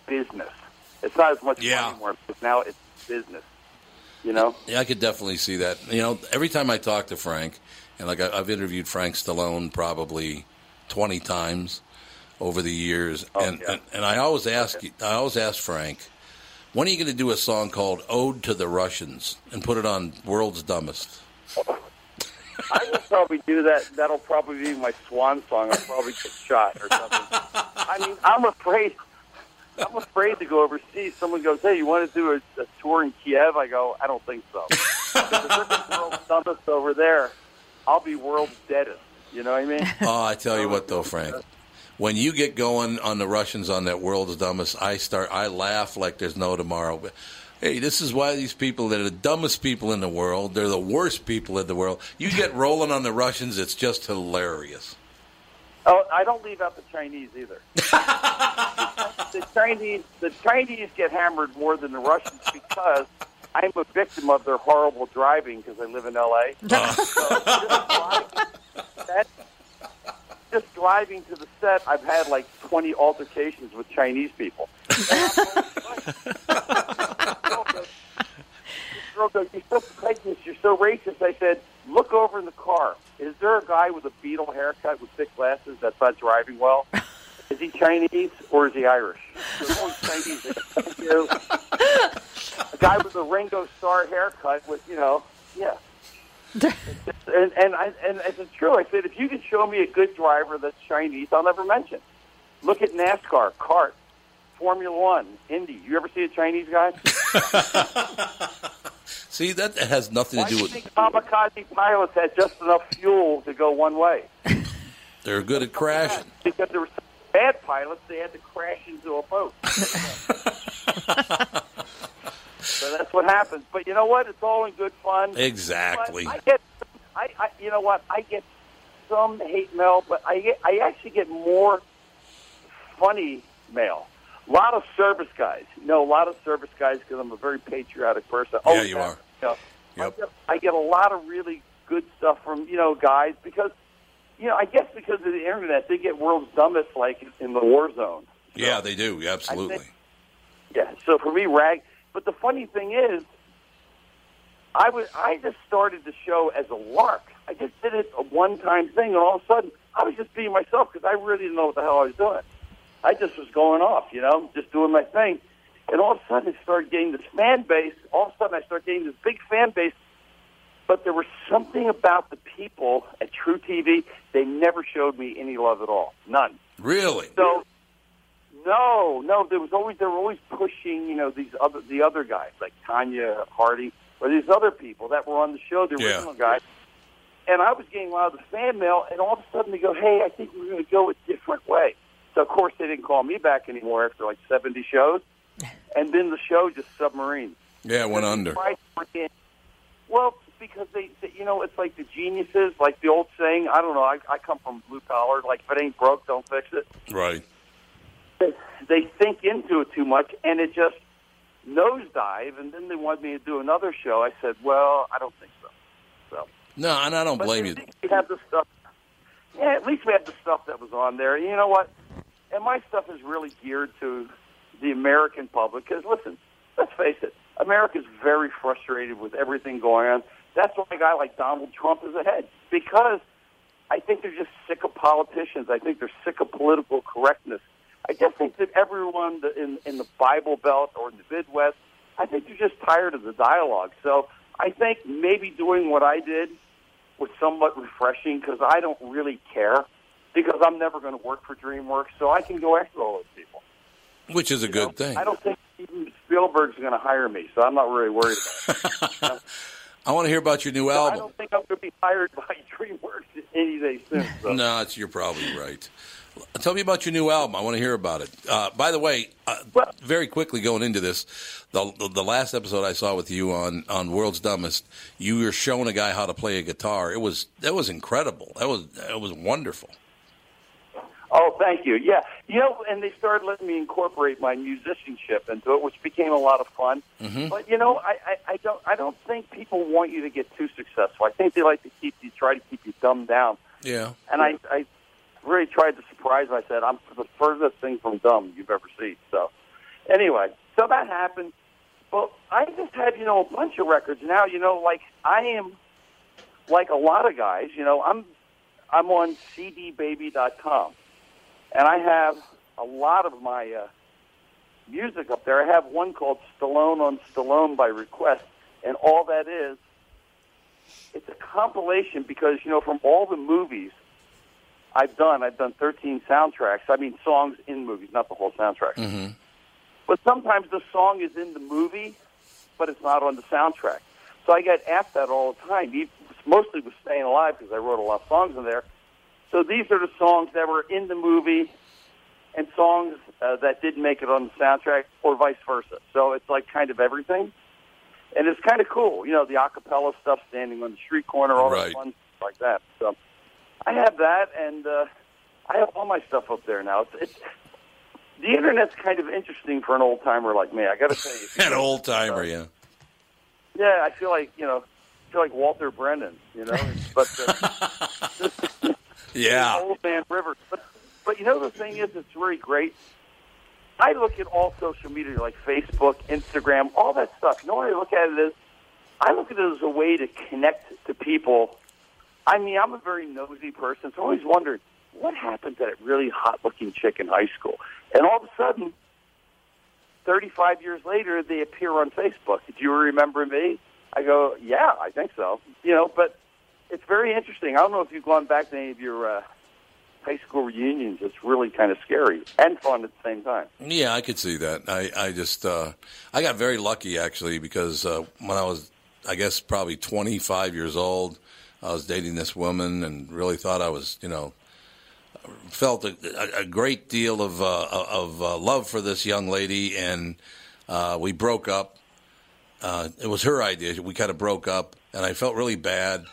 business. It's not as much fun anymore because now it's business. You know.
Yeah, I could definitely see that. You know, every time I talk to Frank, and like I, I've interviewed Frank Stallone probably twenty times over the years,
Oh,
and, and and I always ask you- I always ask Frank, when are you going to do a song called "Ode to the Russians" and put it on World's Dumbest?
I will probably do that. That'll probably be my swan song. I'll probably get shot or something. I mean, I'm afraid. I'm afraid to go overseas. Someone goes, "Hey, you want to do a, a tour in Kiev?" I go, "I don't think so." if there's a world dumbest over there, I'll be world deadest. You know what I mean?
oh, I tell you what, though, Frank. When you get going on the Russians on that world's dumbest, I start. I laugh like there's no tomorrow. But hey, this is why these people they're the dumbest people in the world. They're the worst people in the world. You get rolling on the Russians, it's just hilarious.
Oh, I don't leave out the Chinese either. the Chinese, the Chinese get hammered more than the Russians because I'm a victim of their horrible driving because I live in L.A. So just, driving, that, just driving to the set, I've had like 20 altercations with Chinese people. girl goes, "You're so prejudiced. You're so racist." I said, "Look over in the car. Is there a guy with a beetle haircut with thick glasses that's not driving well? Is he Chinese or is he Irish?" There's only Chinese. Thank you. A guy with a Ringo Starr haircut with you know, yeah. and and I and I said, "True." I said, "If you can show me a good driver that's Chinese, I'll never mention." Look at NASCAR, CART, Formula One, Indy. You ever see a Chinese guy?
See, that has nothing to do
I
with.
think kamikaze pilots had just enough fuel to go one way.
They're good at crashing.
Because there were so bad pilots, they had to crash into a boat. so that's what happens. But you know what? It's all in good fun.
Exactly.
But I get, I, I, you know what? I get some hate mail, but I, get, I actually get more funny mail. A lot of service guys. You know, a lot of service guys because I'm a very patriotic person. Oh,
Yeah, you are.
You know, I, get, I get a lot of really good stuff from you know guys because you know I guess because of the internet they get world's dumbest like in the war zone.
Yeah, they do. Absolutely.
Yeah. So for me, rag. But the funny thing is, I was I just started the show as a lark. I just did it a one time thing, and all of a sudden I was just being myself because I really didn't know what the hell I was doing. I just was going off, you know, just doing my thing. And all of a sudden, I started getting this fan base. All of a sudden, I started getting this big fan base. But there was something about the people at True TV. They never showed me any love at all. None.
Really?
So no, no, there was always they were always pushing, you know, these other the other guys like Tanya Hardy or these other people that were on the show, the
Yeah.
original guys. And I was getting a lot of the fan mail, and all of a sudden they go, "Hey, I think we're going to go a different way." So of course they didn't call me back anymore after like seventy shows, and then the show just submarine.
Yeah, it went under.
Right, freaking- Well, because they, they, you know, it's like the geniuses, like the old saying. I don't know. I, I come from blue collar. Like if it ain't broke, don't fix it
Right.
they, they think into it too much, and it just nosedive. And then they wanted me to do another show. I said, "Well, I don't think so." So
No, and I don't blame you.
we have the stuff. Yeah, at least we have the stuff that was on there. You know what? And my stuff is really geared to the American public because listen, let's face it, America's very frustrated with everything going on. That's why a guy like Donald Trump is ahead because I think they're just sick of politicians. I think they're sick of political correctness. I just think that everyone that in in the Bible Belt or in the Midwest, I think they're just tired of the dialogue. So I think maybe doing what I did was somewhat refreshing because I don't really care because I'm never going to work for DreamWorks, so I can go after all those people.
Which is a good thing.
I don't think even Spielberg's going to hire me, so I'm not really worried about it.
I want to hear about your new
So I
album.
don't think I'm going to be hired by DreamWorks any day soon.
No, it's, you're probably right. Tell me about your new album. I want to hear about it. Uh, by the way, uh, very quickly going into this, the, the the last episode I saw with you on on World's Dumbest, you were showing a guy how to play a guitar. It was that was incredible. That was that was wonderful.
Oh, thank you. Yeah, you know, and they started letting me incorporate my musicianship into it, which became a lot of fun. But you know, I, I, I don't I don't think people want you to get too successful. I think they like to keep you try to keep you dumbed down.
Yeah.
And I I really tried to surprise. I said I'm the furthest thing from dumb you've ever seen. So anyway, so that happened. But I just had you know a bunch of records now. You know, like I am like a lot of guys. You know, I'm I'm on CDBaby.com, and I have a lot of my. Uh, music up there. I have one called Stallone on Stallone by request, and all that is, it's a compilation because you know from all the movies I've done, I've done 13 soundtracks. I mean songs in movies, not the whole soundtrack.
Mm-hmm.
But sometimes the song is in the movie, but it's not on the soundtrack. So I get asked that all the time, even- mostly with Staying Alive because I wrote a lot of songs in there. So these are the songs that were in the movie and songs uh, that didn't make it on the soundtrack or vice versa. So it's like kind of everything. And it's kind of cool, you know, the acapella stuff, standing on the street corner, all
Right.
that fun stuff like that. So I have that, and uh, I have all my stuff up there now. It's, it's, the internet's kind of interesting for an old timer like me. I got to tell you,
An old timer, yeah.
yeah, I feel like you know, I feel like Walter Brennan, you know, but uh,
Yeah.
old man Rivers. But but you know the thing is, it's really great. I look at all social media like Facebook, Instagram, all that stuff. You know what I look at it as? I look at it as a way to connect to people. I mean, I'm a very nosy person, so I always wondered what happened to that really hot-looking chick in high school, and all of a sudden. 35 years later, they appear on Facebook. Do you remember me? I go, yeah, I think so. You know, but it's very interesting. I don't know if you've gone back to any of your uh, high school reunions. It's really kind of scary and fun at the same time.
Yeah, I could see that. I, I just uh, I got very lucky actually because uh, when I was I guess probably 25 years old, I was dating this woman and really thought I was you know felt a, a- a great deal of uh, of uh, love for this young lady and uh, we broke up. Uh, it was her idea. We kind of broke up and I felt really bad.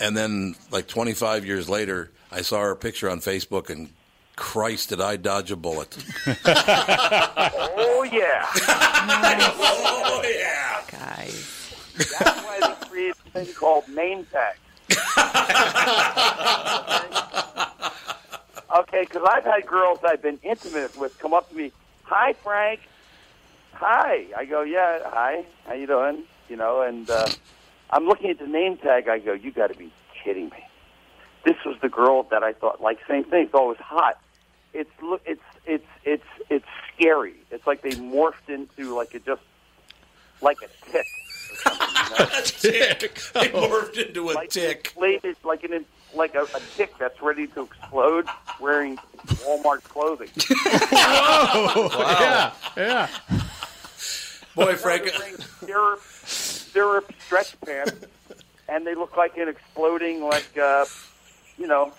And then like 25 years later, I saw her picture on Facebook and Christ, did I dodge a bullet?
Oh yeah. oh
yeah.
Guys. That's why they created a thing called name tags. okay, because I've had girls I've been intimate with come up to me, "Hi, Frank." Hi. I go, "Yeah, hi. How you doing?" You know, and uh, I'm looking at the name tag. I go, "You got to be kidding me." This was the girl that I thought, like, same thing. It's always hot. It's look, it's it's it's it's scary. It's like they morphed into like a just like a tick.
a tick. They morphed into a
Oh. like
tick.
Inflated, like an in- like a, a tick that's ready to explode, wearing Walmart clothing.
Whoa! Yeah, yeah.
Boy, Frank.
Syrup, syrup stretch pants, and they look like an exploding, like uh, you know,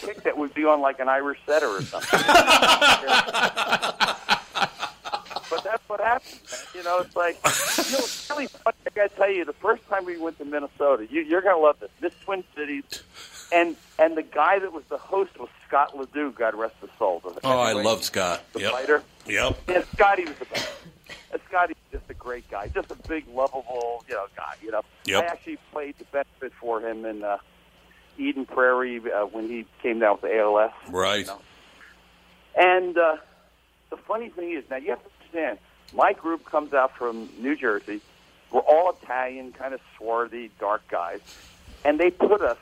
tick that would be on like an Irish setter or something. but that's what happens. man. You know, it's like you know, it's really funny. I gotta tell you, the first time we went to Minnesota, you, you're gonna love this. This Twin Cities, and and the guy that was the host was Scott Ledoux. God rest his soul. The
Oh, I
heavyweight
love Scott. Yep.
fighter.
Yep.
Yeah, Scotty was the best. And Scotty was just a great guy, just a big, lovable, you know, guy. You know,
Yep.
I actually played the benefit for him in uh, Eden Prairie uh, when he came down with ALS.
Right.
And uh, the funny thing is, now you have to understand, my group comes out from New Jersey. We're all Italian, kind of swarthy, dark guys, and they put us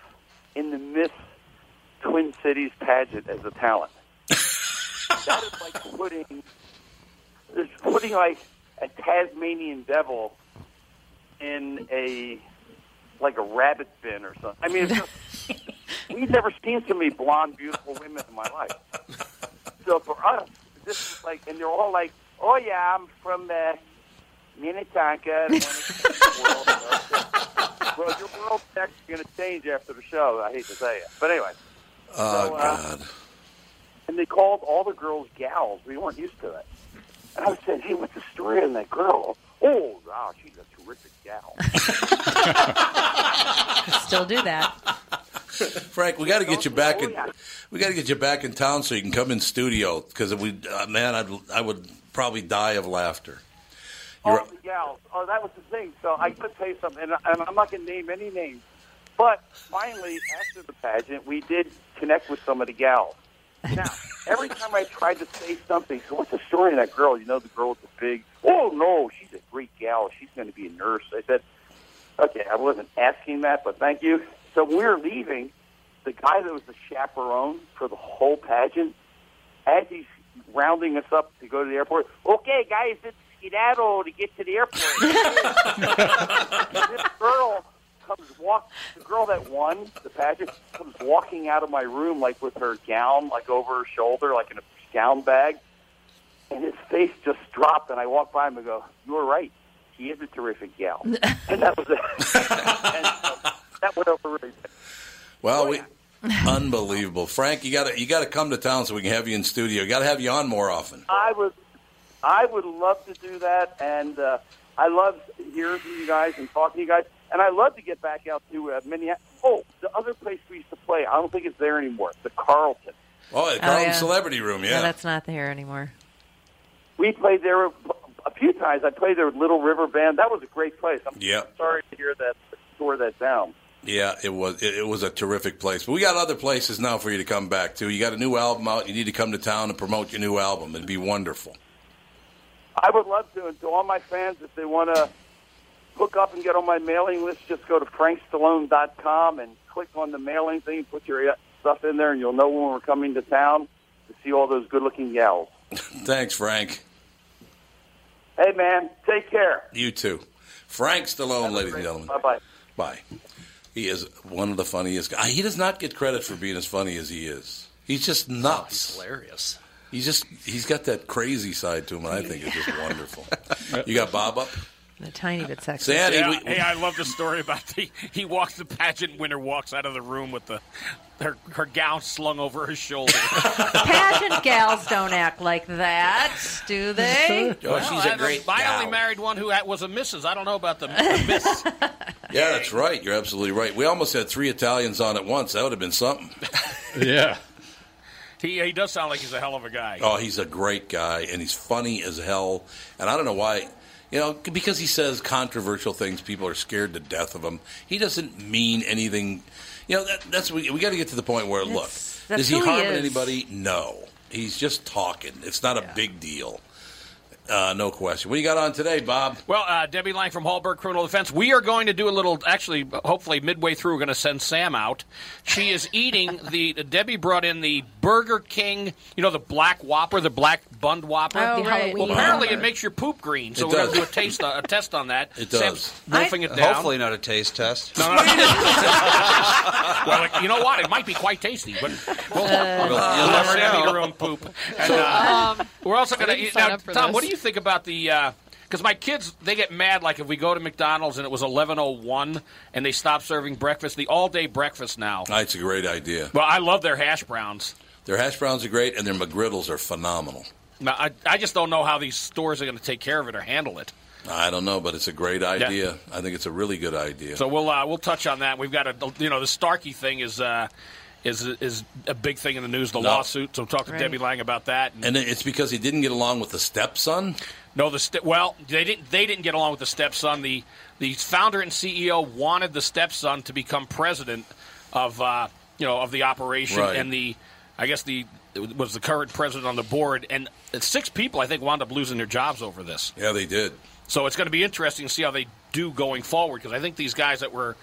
in the Miss Twin Cities pageant as a talent. that is like putting, it's putting like a Tasmanian devil in a like a rabbit bin or something. I mean, it's just, we've never seen so many blonde, beautiful women in my life. So for us, this is like, and they're all like, "Oh yeah, I'm from uh, Minnetonka." and well, your world tech's going to change after the show. I hate to say it, but anyway.
Oh,
So, uh,
God.
and they called all the girls gals. We weren't used to it. And I said, hey, what's the story on that girl? Oh, wow, she's a terrific gal.
Still do that.
Frank, we got to get you back in. We got to get you back in town so you can come in studio because we, uh, man, I'd I would probably die of laughter.
all the gals. Oh, that was the thing. So I could tell you something, and, and I'm not going to name any names. But finally, after the pageant, we did connect with some of the gals. Now, every time I tried to say something, so what's the story of that girl? You know, the girl with the big, oh, no, she's a great gal. She's going to be a nurse. I said, okay, I wasn't asking that, but thank you. So when we were leaving, the guy that was the chaperone for the whole pageant, as he's rounding us up to go to the airport, okay, guys, it's skedaddle to get to the airport. this girl comes walk. The girl that won the pageant comes walking out of my room like with her gown like over her shoulder, like in a gown bag, and his face just dropped. And I walk by him and go, "You were right. He is a terrific gal." and that was it. and, uh, that went over really. good. oh,
Well, we unbelievable, Frank. You got to you got to come to town so we can have you in studio. Got to have you on more often.
I would, I would love to do that, and uh, I love hearing from you guys and talking to you guys, and I love to get back out to uh, Minneapolis. Oh, the other place we used to play, I don't think it's there anymore. The Carlton.
Oh, the
Oh,
Carlton
yeah.
Celebrity Room, yeah.
No, that's not there anymore.
We played there a a few times. I played there with Little River Band. That was a great place. I'm
Yeah.
sorry to hear that tore that down.
Yeah, it was it, it was a terrific place. But we got other places now for you to come back to. You got a new album out. You need to come to town and promote your new album. It'd be wonderful.
I would love to. And to all my fans, if they want to hook up and get on my mailing list, just go to frankstallone.com and click on the mailing thing, put your e, stuff in there, and you'll know when we're coming to town to see all those good-looking gals.
Thanks, Frank.
Hey, man, take care.
You too. Frank Stallone, ladies and gentlemen.
Bye-bye.
Bye. He is one of the funniest guys. He does not get credit for being as funny as he is. Oh, He's just nuts. hilarious. He's just he's got that crazy side to him, and I think it's just wonderful. You got Bob up?
A tiny bit sexy.
Sandy,
Yeah,
we-
hey, I love the story about the he walks the pageant winner walks out of the room with the her, her gown slung over her shoulder.
Pageant gals don't act like that, do they?
Well, I don't- I only married one who had- was a missus. I don't know about the, the miss.
Yeah, that's right. You're absolutely right. We almost had three Italians on at once. That would have been something. yeah.
He, he does sound like he's a hell of a guy.
Oh, he's a great guy, and he's funny as hell. And I don't know why, you know, because he says controversial things, people are scared to death of him. He doesn't mean anything. You know, that, that's we, we got to get to the point where look,
that's
is he
who he
harming
is.
anybody? No, he's just talking. It's not a big deal. Uh, no question. What do you got on today, Bob?
Well, uh, Debbie Lang from Hallberg Criminal Defense. We are going to do a little. Actually, hopefully, midway through, we're going to send Sam out. She is eating the. Debbie brought in the Burger King. You know the black Whopper, the black bund Whopper.
Oh, The right. Halloween
Well, apparently,
Whopper.
it makes your poop green. So
It
we're going
does.
to do a taste uh, a test on that.
It
Sam's
does.
wolfing it down.
Hopefully not a taste test.
well, it- you know what? It might be quite tasty, but we'll,
Uh,
we'll
You'll
let
never
Sam eat
know.
her own poop. And, uh,
Um,
we're also
I
going
didn't
to
sign
now,
up for
Tom.
this.
What do you think about the? Because my kids, they get mad like if we go to McDonald's and it was eleven oh one and they stop serving breakfast, the all day breakfast now.
Ah, It's a great idea.
Well, I love their hash browns.
Their hash browns are great, and their McGriddles are phenomenal.
Now, I, I just don't know how these stores are going to take care of it or handle it.
I don't know, but it's a great idea. I think it's a really good idea.
So we'll uh, we'll touch on that. We've got a you know the Starkey thing is. Uh, is, is a big thing in the news, the
No.
lawsuit. So talk to
Right.
Debbie Lang about that.
and it's because he didn't get along with the stepson.
No, the ste- well, they didn't. They didn't get along with the stepson. The the founder and CEO wanted the stepson to become president of uh, you know of the operation,
Right.
and the I guess the it was the current president on the board, and six people I think wound up losing their jobs over this.
Yeah, they did.
So it's going to be interesting to see how they do going forward because I think these guys that were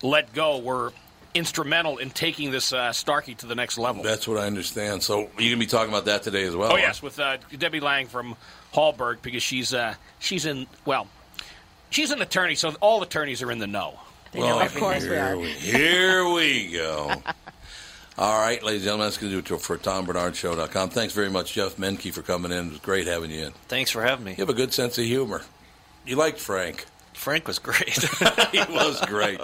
let go were instrumental in taking this uh, Starkey to the next level.
That's what I understand. So you're gonna be talking about that today as well.
oh yes, with uh, Debbie Lang from Hallberg because she's uh, she's in well, she's an attorney, so all attorneys are in the know.
Well, here we, here we go. All right, ladies and gentlemen, that's going to do it for TomBernardShow.com. Thanks very much, Jeff Menke, for coming in. It was great having you in.
Thanks for having me.
You have a good sense of humor. You liked Frank.
Frank was great.
he was great.